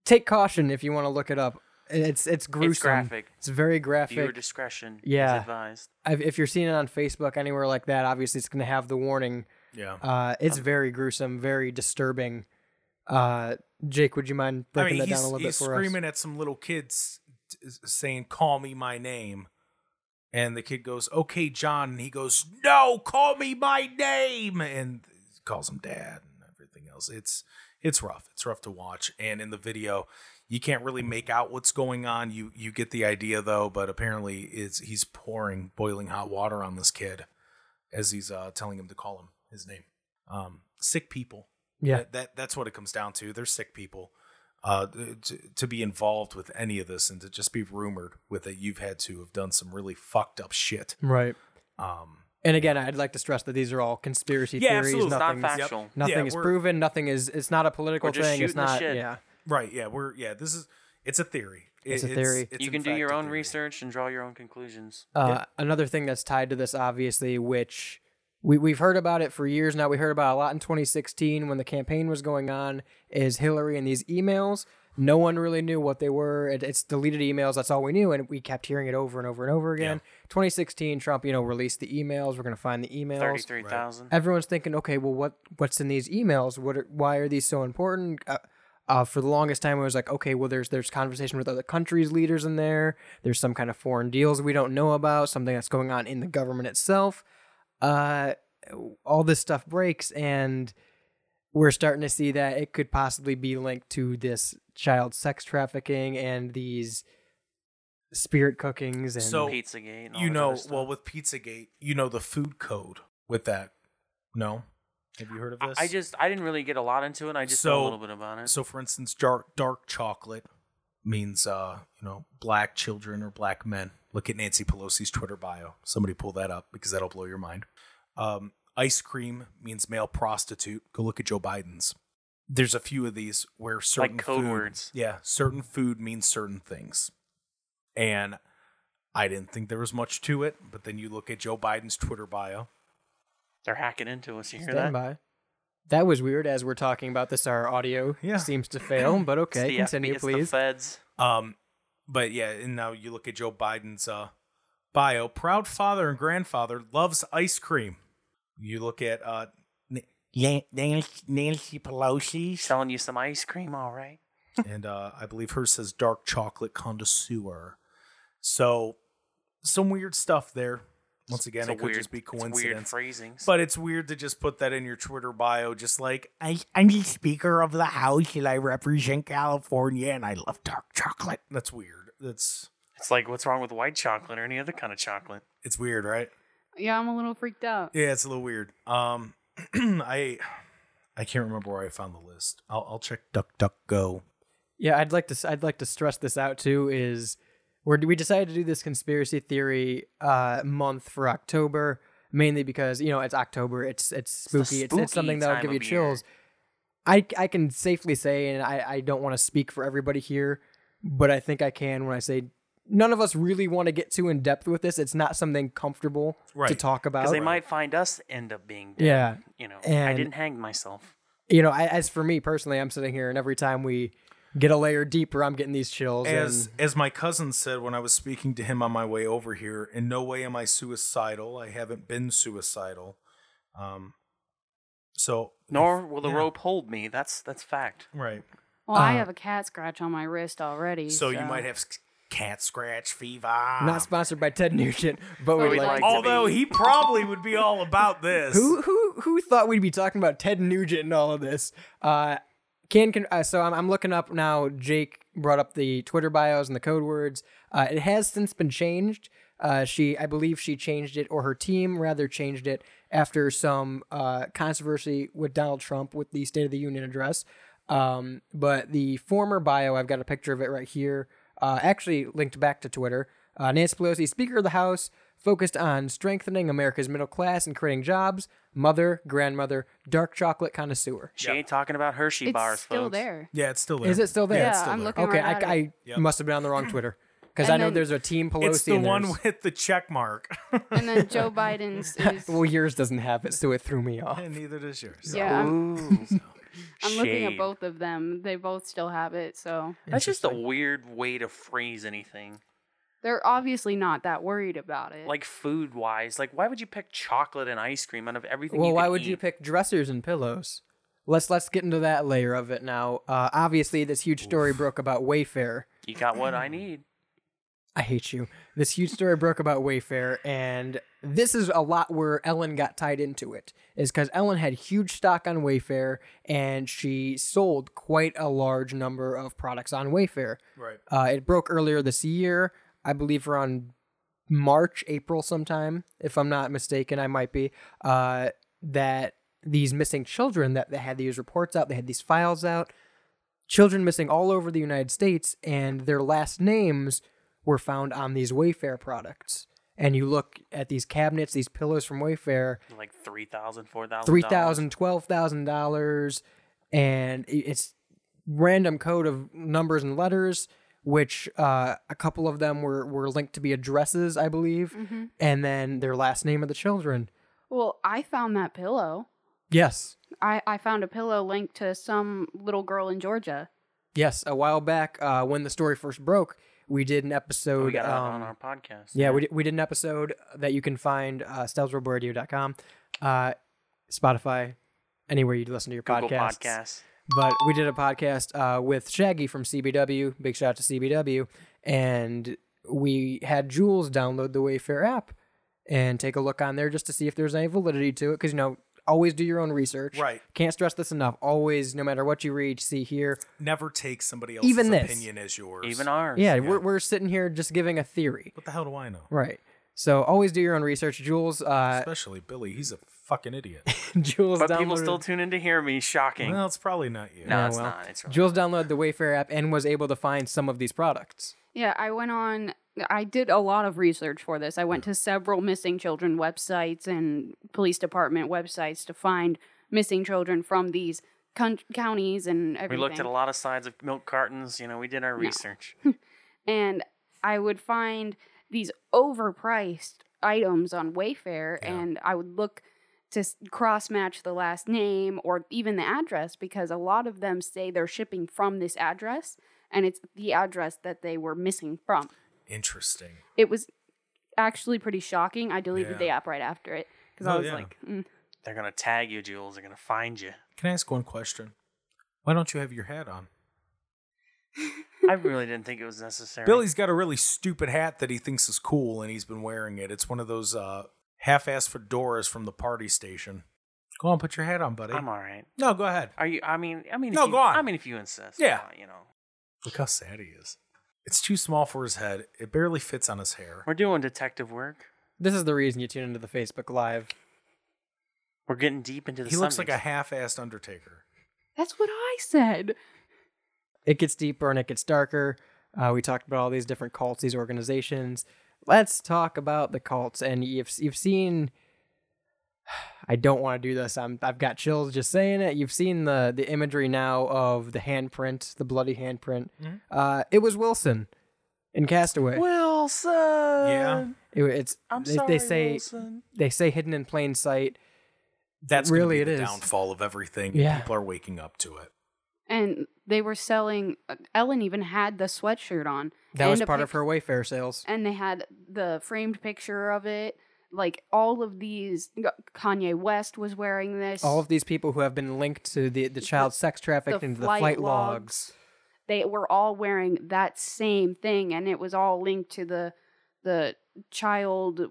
Speaker 1: take caution if you want to look it up. It's it's gruesome.
Speaker 7: graphic.
Speaker 1: It's very graphic.
Speaker 7: Viewer discretion is
Speaker 1: Yeah.
Speaker 7: advised.
Speaker 1: I've, if you're seeing it on Facebook anywhere like that, obviously it's going to have the warning.
Speaker 8: Yeah.
Speaker 1: Uh,
Speaker 8: Uh-huh.
Speaker 1: it's very gruesome, very disturbing. Uh, Jake, would you mind breaking that down
Speaker 8: he's-
Speaker 1: a little bit
Speaker 8: he's
Speaker 1: for us?
Speaker 8: screaming at some little kids t- s- saying, Call me my name. And the kid goes, Okay, John. And he goes, No, call me my name. And calls him dad and everything else. It's it's rough. It's rough to watch. And in the video, you can't really make out what's going on. You you get the idea though, but apparently it's he's pouring boiling hot water on this kid as he's uh, telling him to call him his name. Um, sick people.
Speaker 1: Yeah.
Speaker 8: That, that that's what it comes down to. They're sick people. Uh, to, to be involved with any of this and to just be rumored with it, you've had to have done some really fucked up shit.
Speaker 1: Right.
Speaker 8: Um,
Speaker 1: And again, I'd like to stress that these are all conspiracy
Speaker 8: Yeah,
Speaker 1: theories.
Speaker 8: absolutely. It's not
Speaker 1: Nothing's,
Speaker 8: factual. Yep.
Speaker 1: Nothing
Speaker 8: Yeah,
Speaker 1: is
Speaker 8: we're-
Speaker 1: proven. Nothing is. It's not a political thing. It's not. Yeah.
Speaker 8: Right. Yeah. We're yeah. This is it's a theory.
Speaker 1: It's
Speaker 8: It-
Speaker 1: a theory.
Speaker 8: it's
Speaker 7: you
Speaker 8: in
Speaker 7: can do
Speaker 8: fact
Speaker 7: your
Speaker 8: a
Speaker 7: own
Speaker 8: theory.
Speaker 7: research and draw your own conclusions.
Speaker 1: Uh, Another thing that's tied to this, obviously, which we, we've heard about it for years now. We heard about it a lot in 2016 when the campaign was going on, is Hillary and these emails. No one really knew what they were. It, it's deleted emails. That's all we knew. And we kept hearing it over and over and over again. 2016, Trump, you know, released the emails. We're going to find the emails.
Speaker 7: 33,000.
Speaker 1: Everyone's thinking, okay, well, what what's in these emails? What are, why are these so important? Uh, uh, for the longest time, it was like, okay, well, there's there's conversation with other countries' leaders in there. There's some kind of foreign deals we don't know about. Something that's going on in the government itself. Uh, all this stuff breaks, and we're starting to see that it could possibly be linked to this child sex trafficking and these spirit cookings and
Speaker 8: So
Speaker 7: Pizzagate and all
Speaker 8: you
Speaker 7: this
Speaker 8: know,
Speaker 7: other stuff.
Speaker 8: well, with Pizzagate, you know the food code with that. No, have you heard of
Speaker 7: I-
Speaker 8: this?
Speaker 7: I just I didn't really get a lot into it. I just know a little bit about it.
Speaker 8: So, for instance, dark dark chocolate means uh, you know black children or black men. Look at Nancy Pelosi's Twitter bio. Somebody pull that up because that'll blow your mind. Um, ice cream means male prostitute. Go look at Joe Biden's. There's a few of these where certain
Speaker 7: code
Speaker 8: food-
Speaker 7: words.
Speaker 8: Yeah, certain food means certain things, and I didn't think there was much to it. But then you look at Joe Biden's Twitter bio.
Speaker 7: They're hacking into us. You hear
Speaker 1: Stand
Speaker 7: that?
Speaker 1: by. That was weird as we're talking about this. Our audio seems to fail, but
Speaker 7: It's
Speaker 1: okay,
Speaker 7: the
Speaker 1: continue,
Speaker 7: FB, it's the
Speaker 1: please.
Speaker 7: feds.
Speaker 8: Um, but yeah, and now you look at Joe Biden's uh, bio. Proud father and grandfather loves ice cream. You look at uh, N- Nancy, Nancy Pelosi
Speaker 7: selling you some ice cream, all right?
Speaker 8: and uh, I believe hers says dark chocolate connoisseur. So some weird stuff there. Once again,
Speaker 7: It's a
Speaker 8: it could
Speaker 7: weird-
Speaker 8: just be
Speaker 7: it's weird
Speaker 8: coincidence.
Speaker 7: phrasings.
Speaker 8: But it's weird to just put that in your Twitter bio, just like I, I'm the Speaker of the House and I represent California and I love dark chocolate. That's weird. That's
Speaker 7: It's like what's wrong with white chocolate or any other kind of chocolate?
Speaker 8: It's weird, right?
Speaker 9: Yeah, I'm a little freaked out.
Speaker 8: Yeah, it's a little weird. Um, I I can't remember where I found the list. I'll, I'll check DuckDuckGo.
Speaker 1: Yeah, I'd like to. s- I'd like to stress this out too. Is we're, we decided to do this conspiracy theory uh, month for October mainly because you know it's October. It's it's
Speaker 3: the
Speaker 1: spooky. It's, it's something
Speaker 3: spooky
Speaker 1: that'll
Speaker 3: time
Speaker 1: give you
Speaker 3: of year.
Speaker 1: chills. I I can safely say, and I I don't want to speak for everybody here, but I think I can when I say none of us really want to get too in depth with this. It's not something comfortable to talk about.
Speaker 7: Because they might find us end up being dead.
Speaker 1: Yeah,
Speaker 7: You know, I
Speaker 1: and-
Speaker 7: didn't hang myself.
Speaker 1: you know, I, as for me personally, I'm sitting here, and every time we get a layer deeper, I'm getting these chills. and-
Speaker 8: As as my cousin said when I was speaking to him on my way over here, in no way am I suicidal. I haven't been suicidal. Um, so
Speaker 7: Nor will the
Speaker 8: Yeah.
Speaker 7: rope hold me. That's that's fact.
Speaker 8: Right.
Speaker 9: Well, I
Speaker 8: Uh,
Speaker 9: have a cat scratch on my wrist already. So,
Speaker 8: So you might have s- cat scratch fever.
Speaker 1: uh, Not sponsored by Ted Nugent, but
Speaker 8: ah. But
Speaker 1: we'd
Speaker 8: we'd
Speaker 1: like,
Speaker 8: like
Speaker 1: to
Speaker 8: to Although
Speaker 1: be.
Speaker 8: he probably would be all about this.
Speaker 1: Who who who thought we'd be talking about Ted Nugent and all of this? Uh, can can uh, so I'm I'm looking up now. Jake brought up the Twitter bios and the code words. Uh, it has since been changed. Uh, she I believe she changed it, or her team rather changed it after some uh, controversy with Donald Trump with the State of the Union address. Um, but the former bio, I've got a picture of it right here, uh, actually linked back to Twitter. Uh, Nancy Pelosi, Speaker of the House, focused on strengthening America's middle class and creating jobs. Mother, grandmother, dark chocolate connoisseur.
Speaker 7: She ain't talking about Hershey
Speaker 9: It's
Speaker 7: bars.
Speaker 9: still
Speaker 7: folks.
Speaker 9: there.
Speaker 8: Yeah, it's still
Speaker 1: Is it still there?
Speaker 9: Yeah, it's still I'm there. looking
Speaker 1: Okay,
Speaker 9: right at
Speaker 1: I,
Speaker 9: it.
Speaker 1: I
Speaker 9: Yep.
Speaker 1: must have been on the wrong Twitter because
Speaker 9: And
Speaker 1: I know
Speaker 9: then-
Speaker 1: there's a team Pelosi.
Speaker 8: It's the
Speaker 1: and
Speaker 8: one
Speaker 1: there's-
Speaker 8: with the check mark.
Speaker 9: and then Joe Biden's is.
Speaker 1: well, yours doesn't have it, so it threw me off.
Speaker 8: And neither does yours.
Speaker 9: Yeah, I'm, I'm looking
Speaker 7: Oh, Shade.
Speaker 9: at both of them. They both still have it, so
Speaker 7: That's just a weird way to phrase anything.
Speaker 9: they're obviously not that worried about it.
Speaker 7: Like food wise, like why would you pick chocolate and ice cream out of everything?
Speaker 1: Well,
Speaker 7: you
Speaker 8: E.
Speaker 1: why
Speaker 7: could
Speaker 1: would you
Speaker 7: eat?
Speaker 1: pick dressers and pillows? Let's let's get into that layer of it now. Uh, obviously, this huge story broke about Wayfair.
Speaker 7: You got what I need.
Speaker 1: I hate you. This huge story broke about Wayfair, and this is a lot where Ellen got tied into it, is because Ellen had huge stock on Wayfair, and she sold quite a large number of products on Wayfair.
Speaker 8: Right.
Speaker 1: Uh, it broke earlier this year, I believe, around March, April, sometime, if I'm not mistaken. I might be uh, that these missing children that they had these reports out, they had these files out children missing all over the United States, and their last names were found on these Wayfair products. And you look at these cabinets, these pillows from Wayfair,
Speaker 7: Like three thousand, four thousand.
Speaker 1: three thousand, twelve thousand dollars, and i- it's random code of numbers and letters, which uh, a couple of them were were linked to be addresses, I believe,
Speaker 7: Mm-hmm.
Speaker 9: Mhm.
Speaker 1: and then their last name of the children.
Speaker 9: well, I found that pillow.
Speaker 1: Yes,
Speaker 9: I, I found a pillow linked to some little girl in Georgia.
Speaker 1: yes. A while back, uh, when the story first broke, we did an episode.
Speaker 7: Oh, We got it
Speaker 1: um,
Speaker 7: on our podcast.
Speaker 1: Yeah, we did, we did an episode that you can find uh, stellsroboradio.com, uh, Spotify, anywhere you listen to your
Speaker 7: Google
Speaker 1: podcasts.
Speaker 7: Podcasts.
Speaker 1: But we did a podcast uh, with Shaggy from CBW. Big shout out to CBW, and we had Jules download the Wayfair app and take a look on there just to see if there's any validity to it. Because you know, always do your own research.
Speaker 8: Right.
Speaker 1: Can't stress this enough. Always, no matter what you read, see, hear.
Speaker 8: Never take somebody else's
Speaker 1: Even this.
Speaker 8: opinion as yours.
Speaker 7: Even ours.
Speaker 1: Yeah, We're, we're sitting here just giving a theory.
Speaker 8: What the hell do I know?
Speaker 1: Right. So always do your own research, Jules. Uh,
Speaker 8: Especially Billy. He's a fucking idiot.
Speaker 1: Jules
Speaker 7: But people
Speaker 1: downloaded-
Speaker 7: still tune in to hear me. Shocking.
Speaker 8: well, it's probably not you.
Speaker 7: No,
Speaker 1: Yeah,
Speaker 7: it's
Speaker 1: well,
Speaker 7: not. It's really
Speaker 1: Jules downloaded the Wayfair app and was able to find some of these products.
Speaker 9: Yeah, I went on. I did a lot of research for this. I went to several missing children websites and police department websites to find missing children from these con- counties and
Speaker 7: We
Speaker 9: everything.
Speaker 7: looked at a lot of sides of milk cartons. You know, we did our research.
Speaker 9: and I would find these overpriced items on Wayfair, and I would look to cross match the last name or even the address because a lot of them say they're shipping from this address, and it's the address that they were missing from.
Speaker 8: Interesting.
Speaker 9: It was actually pretty shocking. I deleted
Speaker 7: Yeah.
Speaker 9: the app right after it because I
Speaker 8: Oh,
Speaker 9: was
Speaker 8: yeah.
Speaker 9: like, mm.
Speaker 7: They're gonna tag you, Jules. They're gonna find you.
Speaker 8: Can I ask one question? Why don't you have your hat on?
Speaker 7: I really didn't think it was necessary.
Speaker 8: Billy's got a really stupid hat that he thinks is cool, and he's been wearing it. It's one of those uh, half-ass fedoras from the party station. Go on, put your hat on, buddy.
Speaker 7: I'm all right.
Speaker 8: No, go ahead.
Speaker 7: Are you? I mean, I mean, if
Speaker 8: No,
Speaker 7: you,
Speaker 8: go on.
Speaker 7: I mean, if you insist.
Speaker 8: Yeah.
Speaker 7: uh, you know,
Speaker 8: Look how sad he is. It's too small for his head. It barely fits on his hair.
Speaker 7: we're doing detective work.
Speaker 1: This is the reason you tune into the Facebook Live.
Speaker 7: We're getting deep into the.
Speaker 8: He looks like a
Speaker 7: subjects.
Speaker 8: half-assed Undertaker.
Speaker 9: That's what I said.
Speaker 1: It gets deeper and it gets darker. Uh, we talked about all these different cults, these organizations. Let's talk about the cults. And you've you've seen. I don't want to do this. I'm I've got chills just saying it. You've seen the the imagery now of the handprint, the bloody handprint.
Speaker 7: Mm-hmm.
Speaker 1: Uh, it was Wilson in Castaway.
Speaker 7: Wilson.
Speaker 8: Yeah.
Speaker 1: It- it's
Speaker 7: I'm
Speaker 1: they,
Speaker 7: sorry,
Speaker 1: they say
Speaker 7: Wilson.
Speaker 1: they say hidden in plain sight.
Speaker 8: That's
Speaker 1: Really
Speaker 8: really
Speaker 1: it
Speaker 8: the
Speaker 1: is.
Speaker 8: downfall of everything.
Speaker 1: Yeah.
Speaker 8: People are waking up to it.
Speaker 9: And they were selling. uh, Ellen even had the sweatshirt on.
Speaker 1: That
Speaker 9: and
Speaker 1: was
Speaker 9: a
Speaker 1: part of
Speaker 9: pic-
Speaker 1: her Wayfair sales.
Speaker 9: And they had the framed picture of it. Like all of these, Kanye West was wearing this.
Speaker 1: All of these people who have been linked to the, the child sex trafficking, the, flight, logs.
Speaker 9: They were all wearing that same thing, and it was all linked to the the child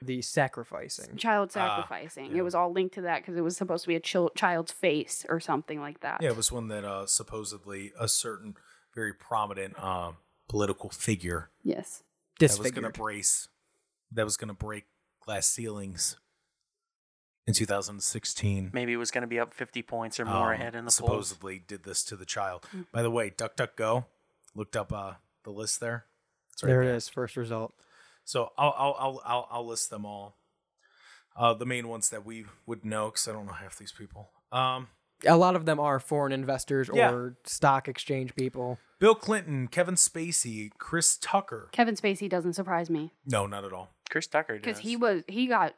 Speaker 1: the sacrificing.
Speaker 9: child
Speaker 8: Ah,
Speaker 9: sacrificing. It was all linked to that because it was supposed to be a chil- child's face or something like that.
Speaker 8: Yeah, it was one that uh, supposedly a certain very prominent um, political figure
Speaker 9: yes.
Speaker 8: that was going to
Speaker 1: Disfigured.
Speaker 8: brace, that was going to break glass ceilings in 2016.
Speaker 7: Maybe it was going to be up 50 points or more
Speaker 8: um,
Speaker 7: ahead in the polls.
Speaker 8: supposedly did this to the child.
Speaker 1: Mm.
Speaker 8: By the way, DuckDuckGo looked up uh, the list there. It's right
Speaker 1: There it is, first result.
Speaker 8: So I'll I'll I'll I'll, I'll list them all. Uh, the main ones that we would know, because I don't know half these people. Um,
Speaker 1: A lot of them are foreign investors
Speaker 8: Yeah.
Speaker 1: or stock exchange people.
Speaker 8: Bill Clinton, Kevin Spacey, Chris Tucker.
Speaker 9: Kevin Spacey doesn't surprise me
Speaker 8: No, not at all.
Speaker 7: Chris Tucker does.
Speaker 9: because he was he got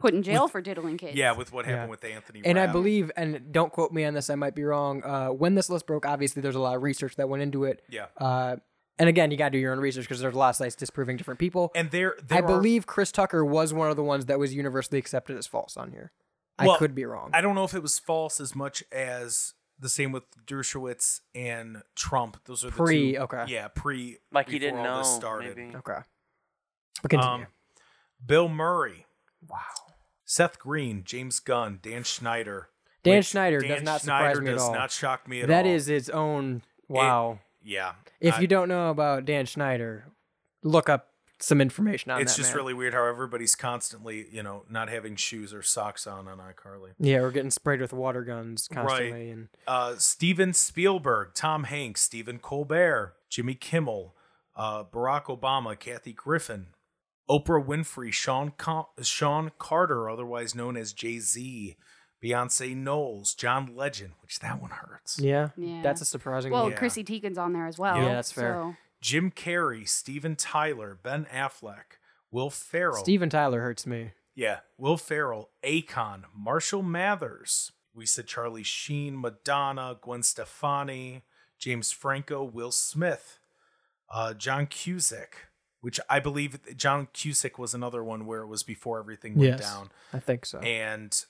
Speaker 9: put in jail for diddling kids.
Speaker 8: Yeah, with what happened
Speaker 1: Yeah.
Speaker 8: with Anthony.
Speaker 1: And I
Speaker 8: Rapp.
Speaker 1: believe, and don't quote me on this, I might be wrong. Uh, when this list broke, obviously there's a lot of research that went into it.
Speaker 8: Yeah.
Speaker 1: Uh, and again, you got to do your own research because there's a lot of sites disproving different people.
Speaker 8: And there, there
Speaker 1: I
Speaker 8: are-
Speaker 1: believe Chris Tucker was one of the ones that was universally accepted as false on here. I
Speaker 8: Well,
Speaker 1: could be wrong.
Speaker 8: I don't know if it was false as much as the same with Dershowitz and Trump. Those are the
Speaker 1: Pre-
Speaker 8: two-
Speaker 1: okay.
Speaker 8: Yeah, pre.
Speaker 7: like he
Speaker 8: before
Speaker 7: didn't
Speaker 8: all
Speaker 7: know.
Speaker 8: this started.
Speaker 7: Maybe.
Speaker 1: okay. But continue.
Speaker 8: Um, Bill Murray. Wow. Seth Green, James Gunn, Dan Schneider.
Speaker 1: Dan
Speaker 8: which
Speaker 1: Schneider does not surprise me at
Speaker 8: does
Speaker 1: all.
Speaker 8: not shock me at all.
Speaker 1: That is its own wow.
Speaker 8: Yeah.
Speaker 1: if
Speaker 8: I-
Speaker 1: you don't know about Dan Schneider, look up some information on
Speaker 8: it's
Speaker 1: that
Speaker 8: just
Speaker 1: man.
Speaker 8: really weird how everybody's constantly, you know, not having shoes or socks on on iCarly.
Speaker 1: yeah, we're getting sprayed with water guns constantly, and
Speaker 8: Uh, Steven Spielberg, Tom Hanks, Stephen Colbert, Jimmy Kimmel, uh, Barack Obama, Kathy Griffin, Oprah Winfrey, Sean Con- Sean Carter, otherwise known as Jay Z, Beyonce Knowles, John Legend, which that one hurts.
Speaker 1: yeah,
Speaker 9: Yeah.
Speaker 1: that's a surprising.
Speaker 9: Well,
Speaker 1: one.
Speaker 8: Yeah.
Speaker 9: Chrissy Teigen's on there as well.
Speaker 1: Yeah, that's fair.
Speaker 9: so-
Speaker 8: Jim Carrey, Steven Tyler, Ben Affleck, Will Ferrell.
Speaker 1: Steven Tyler hurts me.
Speaker 8: Yeah, Will Ferrell, Akon, Marshall Mathers. We said Charlie Sheen, Madonna, Gwen Stefani, James Franco, Will Smith, uh, John Cusick, which I believe th- John Cusick was another one where it was before everything went
Speaker 1: Yes.
Speaker 8: down.
Speaker 1: I think so.
Speaker 8: And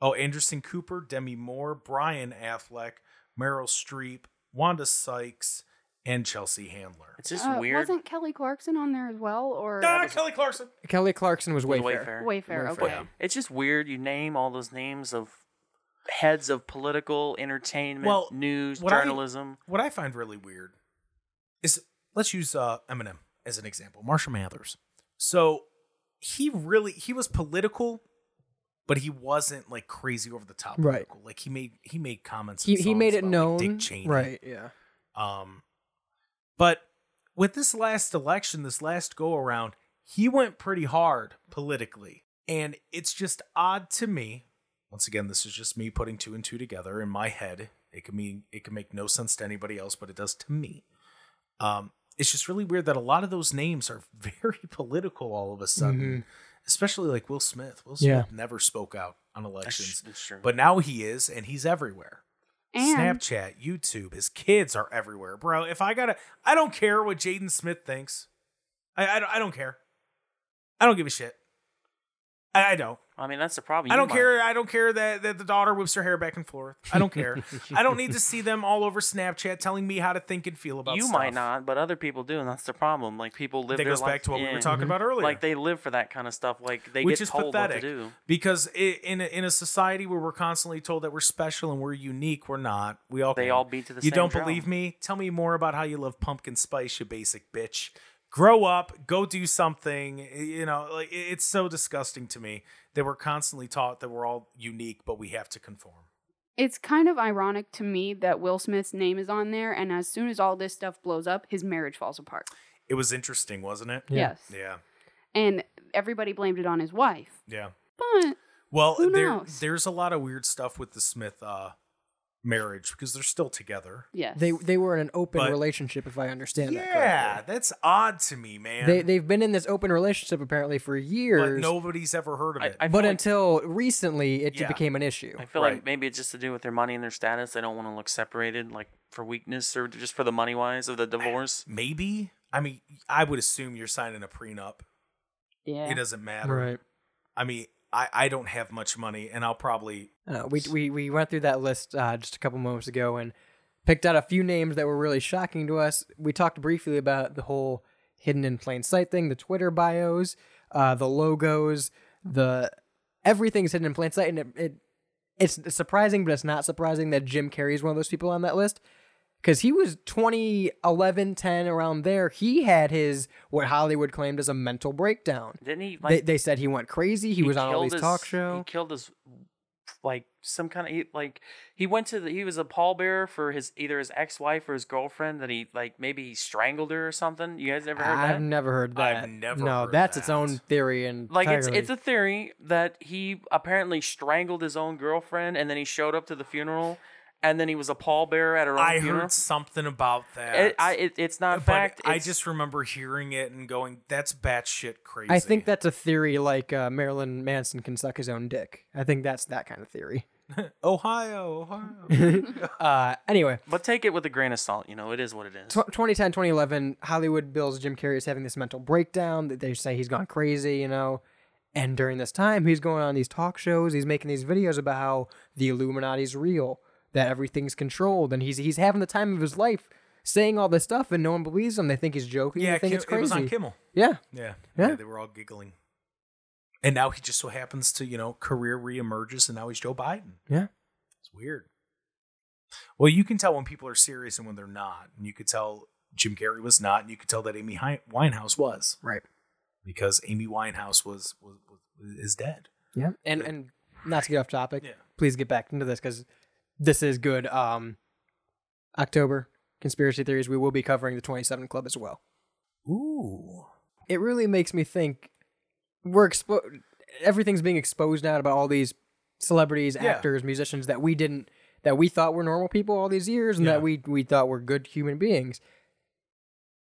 Speaker 8: oh, Anderson Cooper, Demi Moore, Brian Affleck, Meryl Streep, Wanda Sykes, and Chelsea Handler.
Speaker 7: It's just
Speaker 9: Uh,
Speaker 7: weird.
Speaker 9: Wasn't Kelly Clarkson on there as well, or
Speaker 8: Ah, Kelly Clarkson.
Speaker 1: Kelly Clarkson was
Speaker 7: Was
Speaker 1: Wayfair.
Speaker 7: Wayfair.
Speaker 9: Wayfair?
Speaker 1: Wayfair.
Speaker 9: Okay.
Speaker 7: It's just weird. You name all those names of heads of political, entertainment,
Speaker 8: Well,
Speaker 7: news,
Speaker 8: what I-
Speaker 7: journalism.
Speaker 8: What I find really weird is let's use uh, Eminem as an example, Marshall Mathers. So he really he was political, but he wasn't like crazy over the top
Speaker 1: Right.
Speaker 8: political. Like he made he made comments.
Speaker 1: He
Speaker 8: in
Speaker 1: he
Speaker 8: songs
Speaker 1: made it
Speaker 8: about,
Speaker 1: known,
Speaker 8: like, Dick Cheney.
Speaker 1: right? Yeah,
Speaker 8: Um, but with this last election, this last go around, he went pretty hard politically. And it's just odd to me. Once again, this is just me putting two and two together in my head. It can mean it can make no sense to anybody else, but it does to me. Um, it's just really weird that a lot of those names are very political all of a sudden. Especially like Will Smith. Will Smith
Speaker 1: Yeah.
Speaker 8: never spoke out on elections.
Speaker 7: That's true.
Speaker 8: But now he is, and he's everywhere.
Speaker 9: And
Speaker 8: Snapchat, YouTube, his kids are everywhere, bro. If I gotta, I don't care what Jaden Smith thinks. I, I, don't, I don't care. I don't give a shit. I, I don't.
Speaker 7: I mean, that's the problem.
Speaker 8: I
Speaker 7: You
Speaker 8: don't
Speaker 7: might-
Speaker 8: care. I don't care that, that the daughter whips her hair back and forth. I don't care. I don't need to see them all over Snapchat telling me how to think and feel about
Speaker 7: You
Speaker 8: stuff.
Speaker 7: might not, but other people do, and that's the problem. Like people live.
Speaker 8: That
Speaker 7: their
Speaker 8: goes back
Speaker 7: life-
Speaker 8: to what we were
Speaker 7: yeah.
Speaker 8: talking about Mhm. earlier.
Speaker 7: Like they live for that kind of stuff. Like they
Speaker 8: which
Speaker 7: get
Speaker 8: is
Speaker 7: told
Speaker 8: pathetic
Speaker 7: what to do.
Speaker 8: because i in a, in a society where we're constantly told that we're special and we're unique, we're not. We all
Speaker 7: They
Speaker 8: can.
Speaker 7: all beat to the
Speaker 8: You
Speaker 7: same
Speaker 8: don't
Speaker 7: drum.
Speaker 8: believe me? Tell me more about how you love pumpkin spice, you basic bitch. Grow up, go do something. You know, like it- it's so disgusting to me that we're constantly taught that we're all unique, but we have to conform.
Speaker 9: It's kind of ironic to me that Will Smith's name is on there, and as soon as all this stuff blows up, his marriage falls apart.
Speaker 8: It was interesting, wasn't it?
Speaker 9: Yeah. Yes.
Speaker 8: Yeah.
Speaker 9: And everybody blamed it on his wife.
Speaker 8: Yeah.
Speaker 9: But
Speaker 8: Well,
Speaker 9: Who
Speaker 8: there
Speaker 9: knows?
Speaker 8: there's a lot of weird stuff with the Smith uh, marriage because they're still together.
Speaker 9: yes.
Speaker 1: They they were in an open
Speaker 8: But-
Speaker 1: relationship, if I understand that.
Speaker 8: Yeah, that's odd to me, man.
Speaker 1: They they've been in this open relationship apparently for
Speaker 8: but
Speaker 1: years.
Speaker 8: nobody's ever heard of it.
Speaker 7: I feel
Speaker 1: but
Speaker 7: like-
Speaker 1: until recently, it
Speaker 8: Yeah.
Speaker 1: became an issue.
Speaker 7: I feel
Speaker 8: Right.
Speaker 7: like maybe it's just to do with their money and their status. They don't want to look separated, like for weakness or just for the money wise of the divorce.
Speaker 8: Maybe. I mean, I would assume you're signing a prenup.
Speaker 9: yeah.
Speaker 8: It doesn't matter.
Speaker 1: Right.
Speaker 8: I mean, I, I don't have much money, and I'll probably
Speaker 1: Uh, we, we we went through that list uh, just a couple moments ago and picked out a few names that were really shocking to us. We talked briefly about the whole hidden in plain sight thing, the Twitter bios, uh, the logos, the everything's hidden in plain sight, and it, it it's surprising, but it's not surprising that Jim Carrey is one of those people on that list because he was 2011, 10 around there. He had his what Hollywood claimed as a mental breakdown.
Speaker 7: Didn't he?
Speaker 1: they,
Speaker 7: Like
Speaker 1: they said he went crazy. He, was on all
Speaker 7: killed
Speaker 1: these
Speaker 7: his-
Speaker 1: talk shows.
Speaker 7: He killed his like some kind of he, like he went to the he was a pallbearer for his either his ex wife or his girlfriend that he like maybe he strangled her or something. You guys never heard
Speaker 1: I've
Speaker 7: that?
Speaker 1: never heard that.
Speaker 8: I've never
Speaker 1: No,
Speaker 8: heard
Speaker 1: that's its
Speaker 8: that.
Speaker 1: own theory and
Speaker 7: like it's it's a theory that he apparently strangled his own girlfriend and then he showed up to the funeral and then he was a pallbearer at her own
Speaker 8: I
Speaker 7: funeral.
Speaker 8: heard something about that.
Speaker 7: It- I, it, it's not
Speaker 8: but
Speaker 7: fact.
Speaker 8: I
Speaker 7: it's-
Speaker 8: just remember hearing it and going, "That's batshit crazy."
Speaker 1: I think that's a theory like uh, Marilyn Manson can suck his own dick. I think that's that kind of theory.
Speaker 8: Ohio, Ohio.
Speaker 1: Uh, anyway,
Speaker 7: But take it with a grain of salt. You know, it is what it is.
Speaker 1: tw- 2010, 2011, Hollywood bills Jim Carrey is having this mental breakdown that they say he's gone crazy, you know. And during this time, he's going on these talk shows. He's making these videos about how the Illuminati's real, that everything's controlled, and he's he's having the time of his life saying all this stuff, and no one believes him. They think he's joking.
Speaker 8: yeah,
Speaker 1: they think
Speaker 8: Kim-
Speaker 1: it's
Speaker 8: it
Speaker 1: crazy.
Speaker 8: was on Kimmel.
Speaker 1: Yeah,
Speaker 8: Yeah,
Speaker 1: Yeah.
Speaker 8: they were all giggling. And now he just so happens to, you know, career reemerges, and now he's Joe Biden.
Speaker 1: yeah.
Speaker 8: It's weird. Well, you can tell when people are serious and when they're not. And you could tell Jim Carrey was not, and you could tell that Amy Hi- Winehouse was,
Speaker 1: Right.
Speaker 8: because Amy Winehouse was, was, was is dead.
Speaker 1: Yeah. And and not to get off topic,
Speaker 8: Yeah.
Speaker 1: please get back into this because this is good. Um, October conspiracy theories. We will be covering the Twenty Seven Club as well.
Speaker 8: Ooh.
Speaker 1: It really makes me think we're expo- everything's being exposed now about all these celebrities,
Speaker 8: Yeah.
Speaker 1: actors, musicians that we didn't that we thought were normal people all these years and
Speaker 8: Yeah.
Speaker 1: that we we thought were good human beings.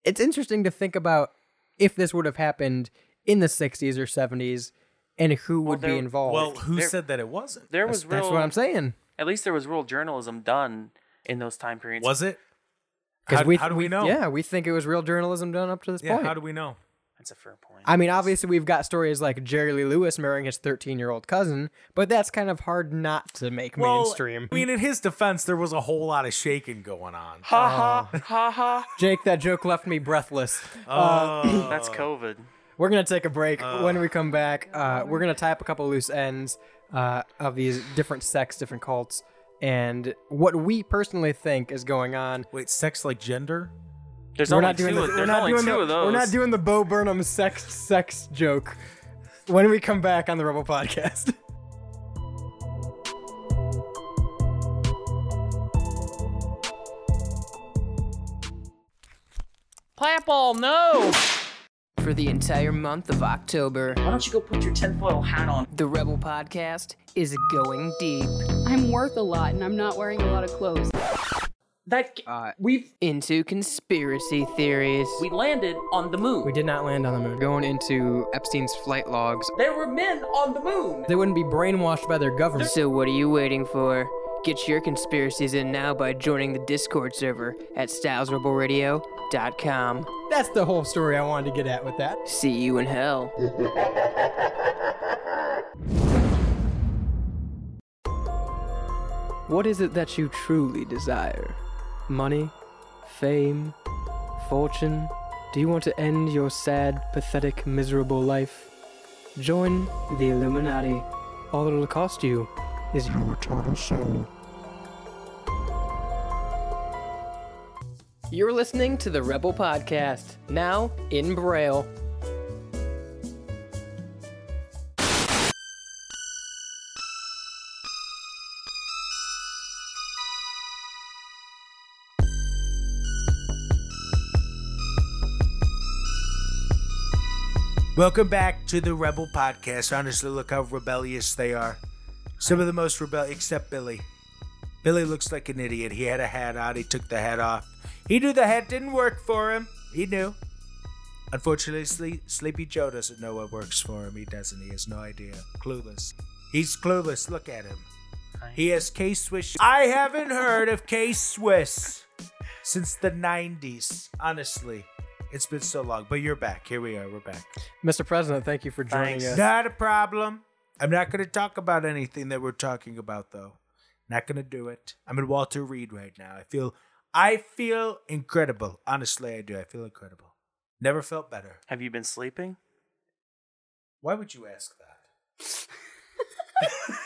Speaker 1: It's interesting to think about if this would have happened in the 60s or 70s and who
Speaker 7: Well,
Speaker 1: would be
Speaker 7: there-
Speaker 1: involved.
Speaker 8: Well, who
Speaker 7: There-
Speaker 8: said that it wasn't?
Speaker 7: There
Speaker 1: That's,
Speaker 7: was real.
Speaker 1: that's what I'm saying.
Speaker 7: At least there was real journalism done in those time periods.
Speaker 8: Was it?
Speaker 1: Because
Speaker 8: How,
Speaker 1: we,
Speaker 8: how do
Speaker 1: we-
Speaker 8: we know?
Speaker 1: Yeah, we think it was real journalism done up to this
Speaker 8: Yeah,
Speaker 1: point.
Speaker 8: how do we know?
Speaker 7: That's a fair point.
Speaker 1: I mean, obviously, we've got stories like Jerry Lee Lewis marrying his 13 year old cousin, but that's kind of hard not to make mainstream.
Speaker 8: I mean, in his defense, there was a whole lot of shaking going on.
Speaker 7: ha ha ha ha.
Speaker 1: Jake, that joke left me breathless.
Speaker 8: Oh.
Speaker 1: Uh,
Speaker 7: That's COVID.
Speaker 1: We're going to take a break. when we come back, uh, we're going to tie up a couple loose ends uh, of these different sects, different cults, and what we personally think is going on.
Speaker 8: Wait, sex like gender?
Speaker 7: There's
Speaker 1: we're
Speaker 7: only
Speaker 1: not doing
Speaker 7: two.
Speaker 1: the,
Speaker 7: of,
Speaker 1: we're
Speaker 7: there's
Speaker 1: not
Speaker 7: only
Speaker 1: doing
Speaker 7: two
Speaker 1: the,
Speaker 7: of those.
Speaker 1: We're not doing the Bo Burnham sex sex joke when we come back on the Rebel Podcast.
Speaker 12: Plapple, no! For the entire month of October,
Speaker 7: Why don't you go put your tinfoil hat on?
Speaker 12: the Rebel Podcast is going deep
Speaker 9: I'm worth a lot and I'm not wearing a lot of clothes.
Speaker 7: That
Speaker 1: Uh,
Speaker 7: we've
Speaker 12: into conspiracy theories.
Speaker 7: we landed on the moon.
Speaker 1: We did not land on the moon.
Speaker 3: Going into Epstein's flight logs.
Speaker 7: There were men on the moon.
Speaker 1: They wouldn't be brainwashed by their government.
Speaker 12: So, what are you waiting for? Get your conspiracies in now by joining the Discord server at StylesRebelRadio.com.
Speaker 1: That's the whole story I wanted to get at with that.
Speaker 12: See you in hell. What is it that you truly desire? Money? Fame? Fortune? Do you want to end your sad, pathetic, miserable life? Join the Illuminati. All it'll cost you is your eternal soul.
Speaker 1: You're listening to the Rebel Podcast, now in Braille.
Speaker 8: Welcome back to the Rebel Podcast. Honestly, look how rebellious they are. Some of the most rebellious, except Billy. Billy looks like an idiot. He had a hat on, he took the hat off. He knew the hat didn't work for him. He knew. Unfortunately, Sle- Sleepy Joe doesn't know what works for him. He doesn't. He has no idea. Clueless. He's clueless. Look at him. He has K Swiss. I haven't heard of K Swiss since the 90s. Honestly, it's been so long. But you're back. Here we are. We're back.
Speaker 1: Mr. President, thank you for joining us.
Speaker 8: Not a problem. I'm not going to talk about anything that we're talking about, though. Not going to do it. I'm in Walter Reed right now. I feel, I feel incredible. Honestly, I do. I feel incredible. Never felt better.
Speaker 7: Have you been sleeping?
Speaker 8: Why would you ask that?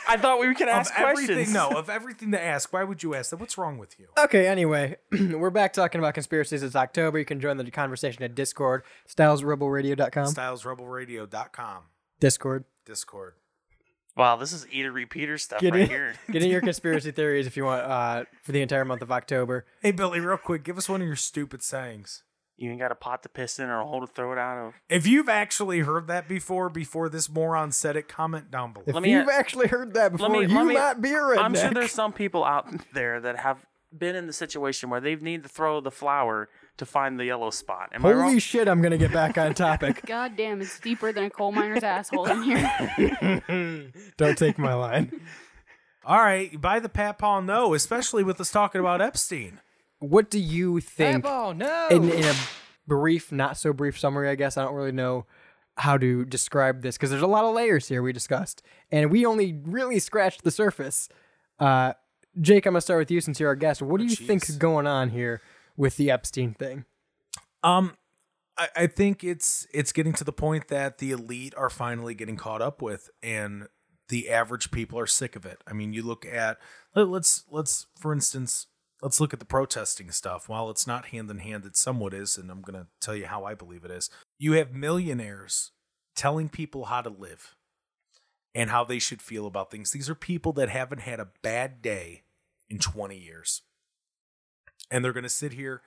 Speaker 7: I thought we could ask
Speaker 8: of everything,
Speaker 7: questions.
Speaker 8: no, of everything to ask, why would you ask that? What's wrong with you?
Speaker 1: Okay, anyway, we're back talking about conspiracies. It's October. You can join the conversation at Discord,
Speaker 8: Um,
Speaker 1: stylesrebelradio.com.
Speaker 8: StylesRebelRadio.com,
Speaker 1: Discord.
Speaker 8: Discord.
Speaker 7: Wow, this is eater repeater stuff
Speaker 1: Get
Speaker 7: right
Speaker 1: in,
Speaker 7: here.
Speaker 1: get in your conspiracy theories if you want uh, for the entire month of October.
Speaker 8: Hey, Billy, real quick, give us one of your stupid sayings.
Speaker 7: You ain't got a pot to piss in or a hole to throw it out of.
Speaker 8: If you've actually heard that before, before this moron said it, comment down below.
Speaker 1: If you've actually heard that before, you might be a redneck.
Speaker 7: I'm sure there's some people out there that have been in the situation where they need to throw the flower to find the yellow spot. Am I
Speaker 1: Holy
Speaker 7: wrong?
Speaker 1: shit, I'm going to get back on topic.
Speaker 9: God damn, it's deeper than a coal miner's asshole in here.
Speaker 1: Don't take my line.
Speaker 8: All right, buy the Pat Paul no, especially with us talking about Epstein.
Speaker 1: What do you think?
Speaker 12: Eyeball, no!
Speaker 1: in, in a brief, not so brief summary, I guess. I don't really know how to describe this because there's a lot of layers here we discussed, and we only really scratched the surface. Uh, Jake, I'm gonna start with you since you're our guest. What do you think's going on here with the Epstein thing?
Speaker 8: Um, I, I think it's it's getting to the point that the elite are finally getting caught up with, and the average people are sick of it. I mean, you look at let, let's let's for instance let's look at the protesting stuff. While it's not hand in hand, it somewhat is, and I'm gonna tell you how I believe it is. You have millionaires telling people how to live and how they should feel about things. These are people that haven't had a bad day in 20 years. And they're going to sit here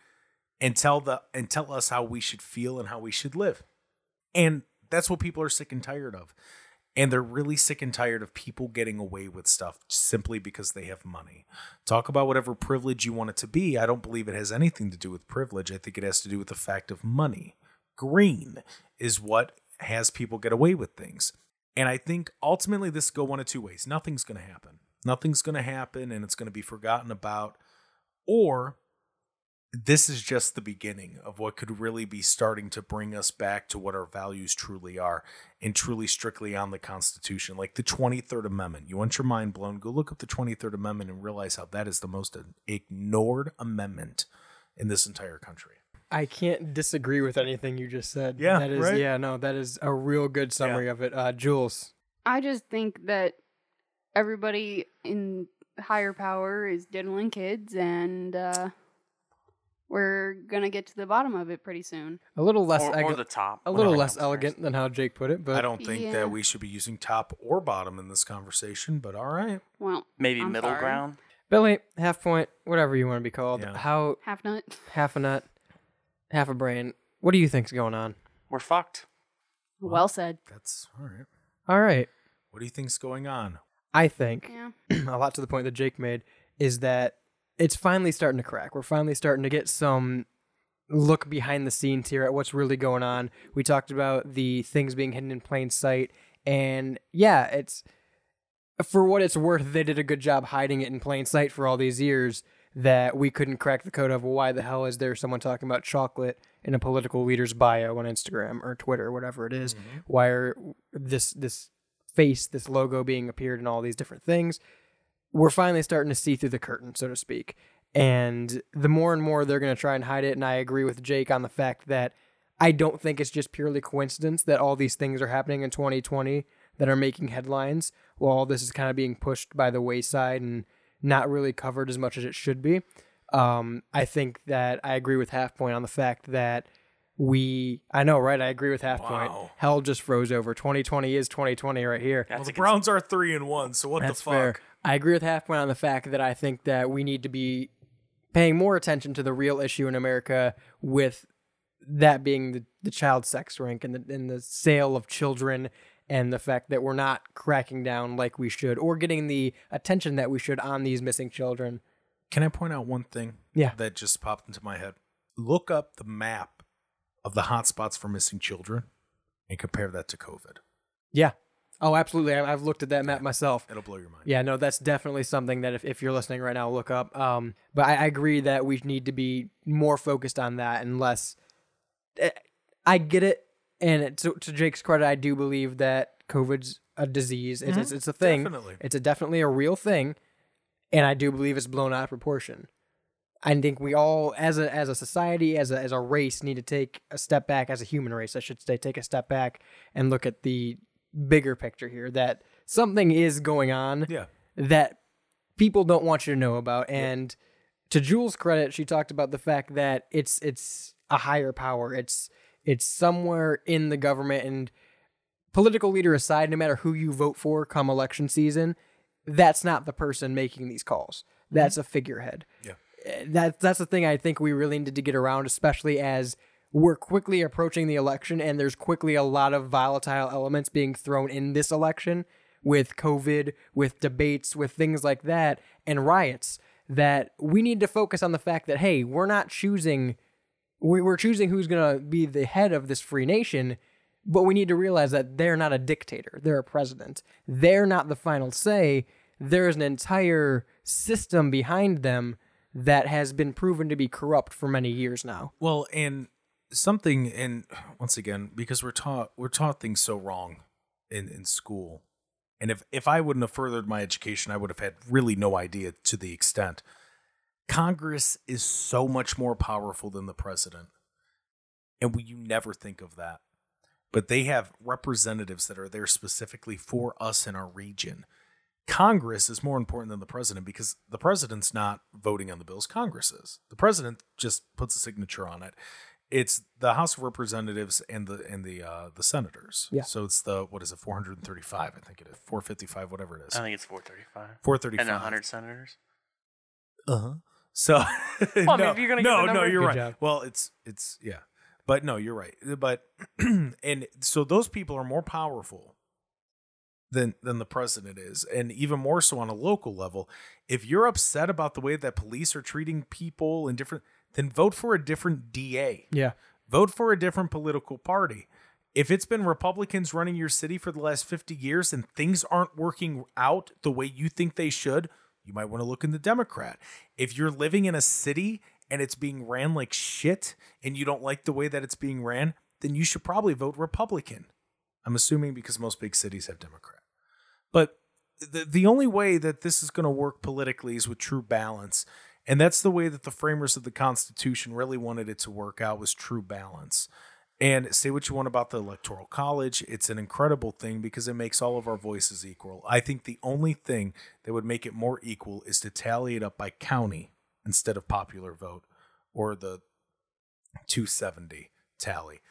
Speaker 8: and tell the and tell us how we should feel and how we should live. And that's what people are sick and tired of. And they're really sick and tired of people getting away with stuff simply because they have money. Talk about whatever privilege you want it to be. I don't believe it has anything to do with privilege. I think it has to do with the fact of money. Green is what has people get away with things. And I think ultimately this go one of two ways. Nothing's going to happen. Nothing's going to happen and it's going to be forgotten about or this is just the beginning of what could really be starting to bring us back to what our values truly are and truly strictly on the Constitution, like the 23rd Amendment. You want your mind blown? Go look up the 23rd Amendment and realize how that is the most ignored amendment in this entire country.
Speaker 1: I can't disagree with anything you just said.
Speaker 8: Yeah,
Speaker 1: that is.
Speaker 8: right?
Speaker 1: Yeah, no, that is a real good summary of it. Uh, Jules,
Speaker 9: I just think that everybody in higher power is diddling kids, and uh, we're gonna get to the bottom of it pretty soon.
Speaker 1: a little less,
Speaker 7: Or-
Speaker 1: eg-
Speaker 7: or the top,
Speaker 1: a little
Speaker 7: whatever
Speaker 1: less
Speaker 7: comes first.
Speaker 1: elegant than how Jake put it, but
Speaker 8: I don't think
Speaker 9: Yeah.
Speaker 8: that we should be using top or bottom in this conversation, but all right.
Speaker 9: Well,
Speaker 7: Maybe
Speaker 9: I'm
Speaker 7: middle
Speaker 9: sorry.
Speaker 7: ground.
Speaker 1: Billy, half point, whatever you want to be called. How
Speaker 9: half nut.
Speaker 1: half a nut, half a brain. What do you think's going on?
Speaker 7: We're fucked.
Speaker 9: Well said.
Speaker 8: That's all right.
Speaker 1: All right.
Speaker 8: What do you think's going on?
Speaker 1: I think
Speaker 9: Yeah.
Speaker 1: a lot to the point that Jake made is that it's finally starting to crack. We're finally starting to get some look behind the scenes here at what's really going on. We talked about the things being hidden in plain sight and yeah, it's for what it's worth, they did a good job hiding it in plain sight for all these years that we couldn't crack the code of why the hell is there someone talking about chocolate in a political leader's bio on Instagram or Twitter, whatever it is? Why are this this face, this logo being appeared in all these different things? we're finally starting to see through the curtain, so to speak. And the more and more they're going to try and hide it. And I agree with Jake on the fact that I don't think it's just purely coincidence that all these things are happening in 2020 that are making headlines while all this is kind of being pushed by the wayside and not really covered as much as it should be. Um, I think that I agree with Half Point on the fact that we, I know, right? I agree with Half Point.
Speaker 8: Wow.
Speaker 1: Hell just froze over. 2020 is 2020 right here.
Speaker 8: Well, the Browns are three and one, so what
Speaker 1: That's
Speaker 8: the fuck?
Speaker 1: fair. I agree with Halfman on the fact that I think that we need to be paying more attention to the real issue in America with that being the, the child sex rank and the, and the sale of children and the fact that we're not cracking down like we should or getting the attention that we should on these missing children.
Speaker 8: Can I point out one thing?
Speaker 1: Yeah.
Speaker 8: That just popped into my head. Look up the map of the hotspots for missing children and compare that to COVID.
Speaker 1: Yeah. Oh, absolutely. I- I've looked at that map myself.
Speaker 8: It'll blow your mind.
Speaker 1: Yeah, no, that's definitely something that if, if you're listening right now, look up. Um, but I, I agree that we need to be more focused on that and less. eh, I get it, and it, to, to Jake's credit, I do believe that COVID's a disease. It's, it's,
Speaker 8: Mhm.
Speaker 1: it's a thing.
Speaker 8: Definitely.
Speaker 1: It's a, definitely a real thing, and I do believe it's blown out of proportion. I think we all, as a as a society, as a as a race, need to take a step back. As a human race, I should say, take a step back and look at the bigger picture here. That something is going on.
Speaker 8: Yeah.
Speaker 1: That people don't want you to know about. And to Jules' credit, she talked about the fact that it's it's a higher power. It's it's somewhere in the government and political leader aside, no matter who you vote for come election season, that's not the person making these calls. That's a figurehead.
Speaker 8: Yeah.
Speaker 1: Eh, That that's the thing I think we really needed to get around, especially as we're quickly approaching the election and there's quickly a lot of volatile elements being thrown in this election with COVID, with debates, with things like that, and riots. That we need to focus on the fact that, hey, we're not choosing we- we're choosing who's going to be the head of this free nation, but we need to realize that they're not a dictator. They're a president. They're not the final say. There is an entire system behind them that has been proven to be corrupt for many years now.
Speaker 8: Well, and something, and once again, because we're taught we're taught things so wrong in in school, and if if I wouldn't have furthered my education, I would have had really no idea to the extent. Congress is so much more powerful than the president, and we, you never think of that. But they have representatives that are there specifically for us in our region. Congress is more important than the president because the president's not voting on the bills, Congress is. The president just puts a signature on it. It's the House of Representatives and the and the uh, the senators.
Speaker 1: Yeah.
Speaker 8: So it's the what is it, 435, I think it is, 455, whatever it is.
Speaker 7: I think it's 435.
Speaker 8: 435.
Speaker 7: And 100 senators.
Speaker 8: Uh-huh. So
Speaker 7: mean,
Speaker 8: no,
Speaker 7: if you're gonna get the
Speaker 8: no, no,
Speaker 7: number-
Speaker 8: you're
Speaker 7: Good
Speaker 8: right.
Speaker 7: job.
Speaker 8: Well, it's it's yeah, but no, you're right. But and so those people are more powerful than than the president is, and even more so on a local level. If you're upset about the way that police are treating people and different, then vote for a different DA.
Speaker 1: Yeah.
Speaker 8: Vote for a different political party. If it's been Republicans running your city for the last 50 years and things aren't working out the way you think they should, you might want to look in the Democrat. If you're living in a city and it's being ran like shit and you don't like the way that it's being ran, then you should probably vote Republican. I'm assuming because most big cities have Democrat. But the, the only way that this is going to work politically is with true balance. And that's the way that the framers of the Constitution really wanted it to work out was true balance. And say what you want about the Electoral College. It's an incredible thing because it makes all of our voices equal. I think the only thing that would make it more equal is to tally it up by county instead of popular vote or the 270 tally.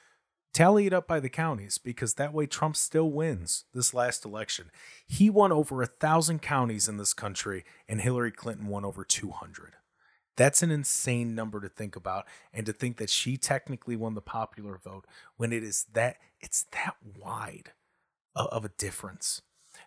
Speaker 8: Tally it up by the counties because that way Trump still wins this last election. He won over a thousand counties in this country, and Hillary Clinton won over 200. That's an insane number to think about, and to think that she technically won the popular vote when it is that it's that wide o- of a difference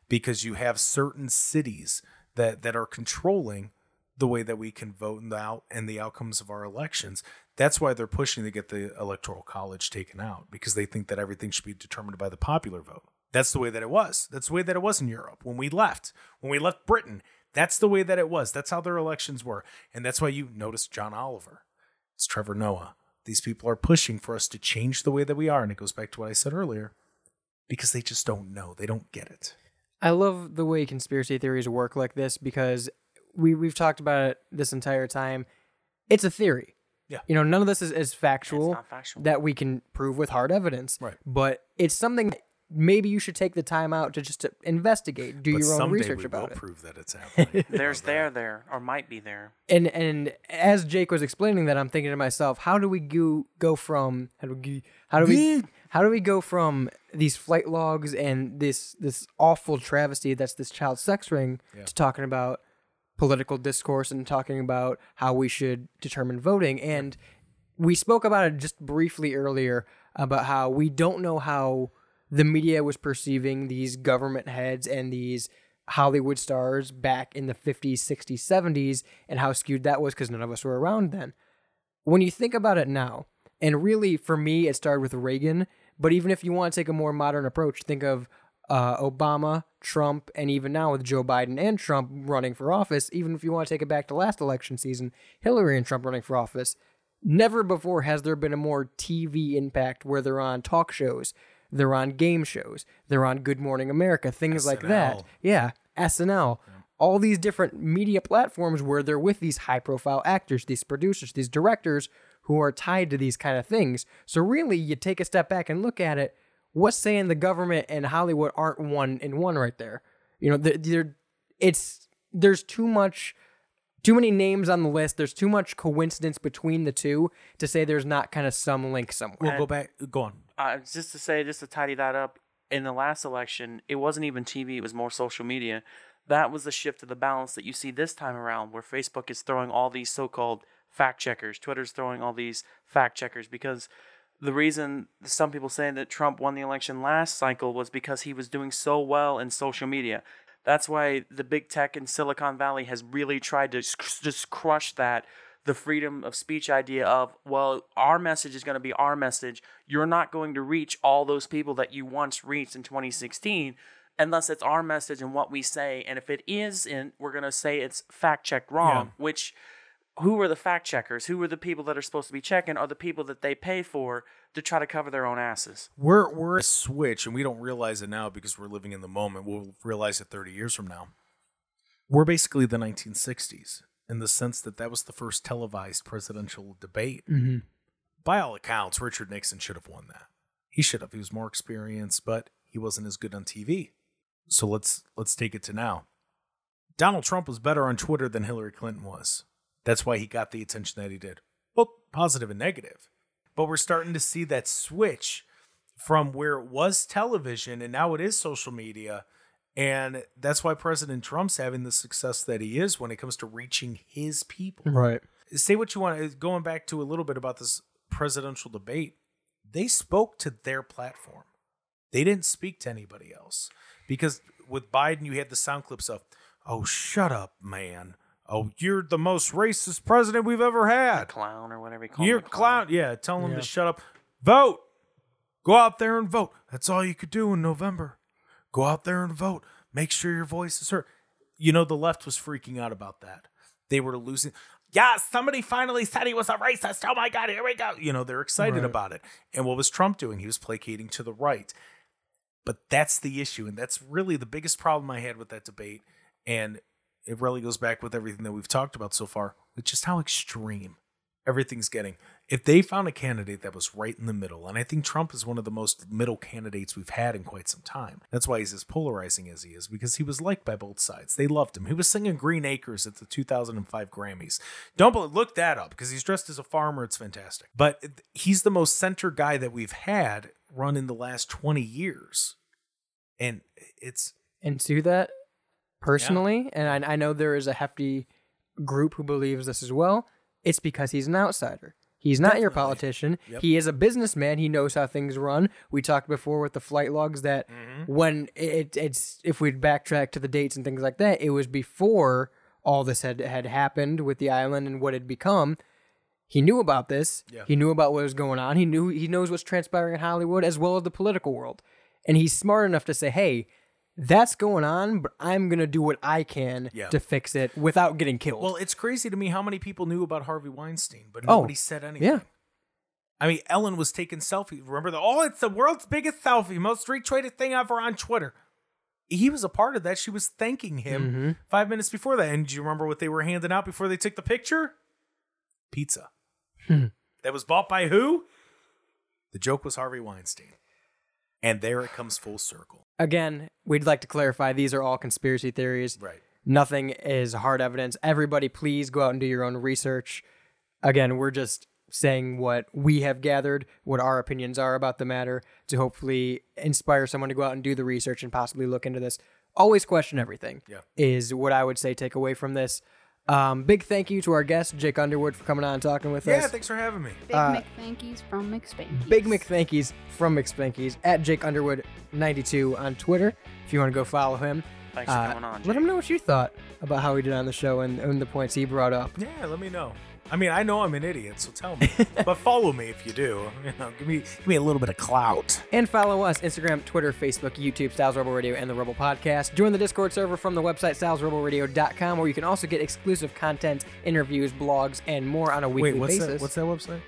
Speaker 8: because you have certain cities that that are controlling the way that we can vote and the out and the outcomes of our elections. That's why they're pushing to get the electoral college taken out because they think that everything should be determined by the popular vote. That's the way that it was. That's the way that it was in Europe when we left. When we left Britain, that's the way that it was. That's how their elections were. And that's why you notice John Oliver. It's Trevor Noah. These people are pushing for us to change the way that we are and it goes back to what I said earlier because they just don't know. They don't get it.
Speaker 1: I love the way conspiracy theories work like this because we we've talked about it this entire time. It's a theory.
Speaker 8: Yeah.
Speaker 1: You know, none of this is, is factual,
Speaker 7: factual.
Speaker 1: that we can prove with hard evidence.
Speaker 8: Right.
Speaker 1: But it's something that maybe you should take the time out to just to investigate, do
Speaker 8: but
Speaker 1: your own
Speaker 8: someday
Speaker 1: research
Speaker 8: we
Speaker 1: about
Speaker 8: will
Speaker 1: it.
Speaker 8: prove that it's happening.
Speaker 7: There's there, there, or might be there.
Speaker 1: and and as Jake was explaining that, I'm thinking to myself, how do we go go from how do we how do we how do we go from these flight logs and this this awful travesty that's this child sex ring to talking about political discourse and talking about how we should determine voting and we spoke about it just briefly earlier about how we don't know how the media was perceiving these government heads and these Hollywood stars back in the 50s, 60s, 70s and how skewed that was because none of us were around then. When you think about it now, and really for me, it started with Reagan, but even if you want to take a more modern approach, think of uh, Obama, Trump, and even now with Joe Biden and Trump running for office, even if you want to take it back to last election season, Hillary and Trump running for office, Never before has there been a more TV impact where they're on talk shows, they're on game shows, they're on Good Morning America, things like that.
Speaker 8: SNL.
Speaker 1: Yeah, SNL. All these different media platforms where they're with these high profile actors, these producers, these directors who are tied to these kind of things. So, really, you take a step back and look at it. What's saying the government and Hollywood aren't one in one right there? You know, they're, they're, it's there's too much too many names on the list. There's too much coincidence between the two to say there's not kind of some link somewhere.
Speaker 8: We'll go back. Go on.
Speaker 7: Uh, just to say, just to tidy that up, in the last election, it wasn't even TV; it was more social media. That was the shift of the balance that you see this time around, where Facebook is throwing all these so-called fact checkers, Twitter's throwing all these fact checkers, because the reason some people say that Trump won the election last cycle was because he was doing so well in social media. That's why the big tech in Silicon Valley has really tried to s- just crush that the freedom of speech idea of, well, our message is going to be our message. You're not going to reach all those people that you once reached in 2016 unless it's our message and what we say. And if it isn't, we're going to say it's fact checked wrong, which who are the fact checkers? Who are the people that are supposed to be checking? Are the people that they pay for to try to cover their own asses?
Speaker 8: We're we're a switch, and we don't realize it now because we're living in the moment. We'll realize it 30 years from now. We're basically the 1960s in the sense that that was the first televised presidential debate.
Speaker 1: Mhm.
Speaker 8: By all accounts, Richard Nixon should have won that. He should have. He was more experienced, but he wasn't as good on TV. So let's let's take it to now. Donald Trump was better on Twitter than Hillary Clinton was. That's why he got the attention that he did. Both positive and negative. But we're starting to see that switch from where it was television and now it is social media. And that's why President Trump's having the success that he is when it comes to reaching his people.
Speaker 1: Right.
Speaker 8: Say what you want. Going back to a little bit about this presidential debate, they spoke to their platform. They didn't speak to anybody else because with Biden, you had the sound clips of, "Oh, shut up, man! Oh, you're the most racist president we've ever had.
Speaker 7: Clown or whatever you call
Speaker 8: You're
Speaker 7: them.
Speaker 8: clown." Yeah, tell him
Speaker 1: Yeah.
Speaker 8: to shut up. Vote. Go out there and vote. That's all you could do in November. Go out there and vote. Make sure your voice is heard. You know, the left was freaking out about that. They were losing. Yeah, somebody finally said he was a racist. Oh my God, here we go. You know, they're excited
Speaker 1: Right.
Speaker 8: about it. And what was Trump doing? He was placating to the right. But that's the issue. And that's really the biggest problem I had with that debate. And it really goes back with everything that we've talked about so far, with just how extreme everything's getting. If they found a candidate that was right in the middle, and I think Trump is one of the most middle candidates we've had in quite some time. That's why he's as polarizing as he is, because he was liked by both sides. They loved him. He was singing Green Acres at the 2005 Grammys. Don't bel- look that up because he's dressed as a farmer. It's fantastic. But he's the most center guy that we've had run in the last 20 years. And it's
Speaker 1: And to that, personally, and I, I know there is a hefty group who believes this as well, it's because he's an outsider. He's not your
Speaker 8: Definitely.
Speaker 1: politician.
Speaker 8: Yep.
Speaker 1: He is a businessman. He knows how things run. We talked before with the flight logs that
Speaker 8: Mm-hmm.
Speaker 1: when it, it's if we'd backtrack to the dates and things like that, it was before all this had had happened with the island and what had become. He knew about this.
Speaker 8: Yeah.
Speaker 1: He knew about what was going on. He knew he knows what's transpiring in Hollywood as well as the political world. And he's smart enough to say, "Hey, that's going on, but I'm gonna do what I can
Speaker 8: Yeah.
Speaker 1: to fix it without getting killed."
Speaker 8: Well, it's crazy to me how many people knew about Harvey Weinstein, but
Speaker 1: Oh,
Speaker 8: nobody said anything.
Speaker 1: yeah.
Speaker 8: I mean, Ellen was taking selfies. Remember the oh, it's the world's biggest selfie, most retweeted thing ever on Twitter. he was a part of that. She was thanking him
Speaker 1: Mm-hmm.
Speaker 8: five minutes before that. And do you remember what they were handing out before they took the picture? Pizza.
Speaker 12: Hmm.
Speaker 8: that was bought by who? The joke was Harvey Weinstein. And there it comes full circle.
Speaker 1: Again, we'd like to clarify these are all conspiracy theories.
Speaker 8: Right.
Speaker 1: Nothing is hard evidence. Everybody, please go out and do your own research. Again, we're just saying what we have gathered, what our opinions are about the matter, to hopefully inspire someone to go out and do the research and possibly look into this. Always question everything,
Speaker 8: Yeah.
Speaker 1: is what I would say take away from this. Um, big thank you to our guest, Jake Underwood, for coming on and talking with us.
Speaker 8: Yeah, thanks for having me.
Speaker 9: Big
Speaker 1: Uh,
Speaker 9: McThankies from McSpanky.
Speaker 1: Big McThankies from McSpankies at Jake Underwood 92 on Twitter. If you want to go follow him, Uh,
Speaker 7: Thanks for coming on,
Speaker 1: Let him know what you thought about how he did on the show and, and the points he brought up.
Speaker 8: Yeah, let me know. I mean, I know I'm an idiot, so tell me. but follow me if you do. You know, give me give me a little bit of clout.
Speaker 1: And follow us Instagram, Twitter, Facebook, YouTube, Styles Rebel Radio, and the Rebel Podcast. Join the Discord server from the website stylesrebelradio.com, where you can also get exclusive content, interviews, blogs, and more on a weekly
Speaker 8: Wait, what's
Speaker 1: basis.
Speaker 8: that? What's that website?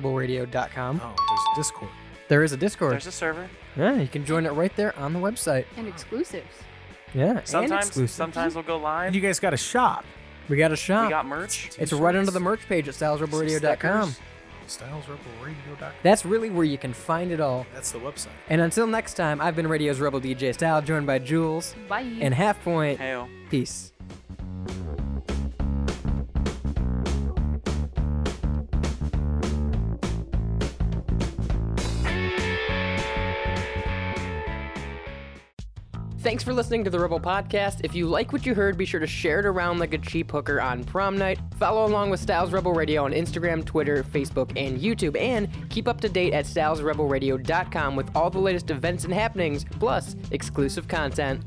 Speaker 1: StylesRebelRadio.com.
Speaker 8: Oh, there's Discord.
Speaker 1: There is a Discord.
Speaker 7: There's a server.
Speaker 1: yeah, you can join it right there on the website.
Speaker 9: and exclusives.
Speaker 1: Yeah, and
Speaker 7: Sometimes,
Speaker 1: exclusive.
Speaker 7: sometimes we'll go live.
Speaker 8: And you guys got a shop.
Speaker 1: we got a shop.
Speaker 7: We got merch.
Speaker 1: It's right under the merch page at stylesrebelradio.com.
Speaker 8: StylesRebelRadio.com.
Speaker 1: That's really where you can find it all.
Speaker 8: That's the website.
Speaker 1: And until next time, I've been Radio's Rebel DJ Style, joined by Jules
Speaker 9: Bye.
Speaker 1: and Half Point.
Speaker 7: Hail.
Speaker 1: Peace. Thanks for listening to the Rebel Podcast. If you like what you heard, be sure to share it around like a cheap hooker on prom night. Follow along with Styles Rebel Radio on Instagram, Twitter, Facebook, and YouTube. And keep up to date at stylesrebelradio.com with all the latest events and happenings, plus exclusive content.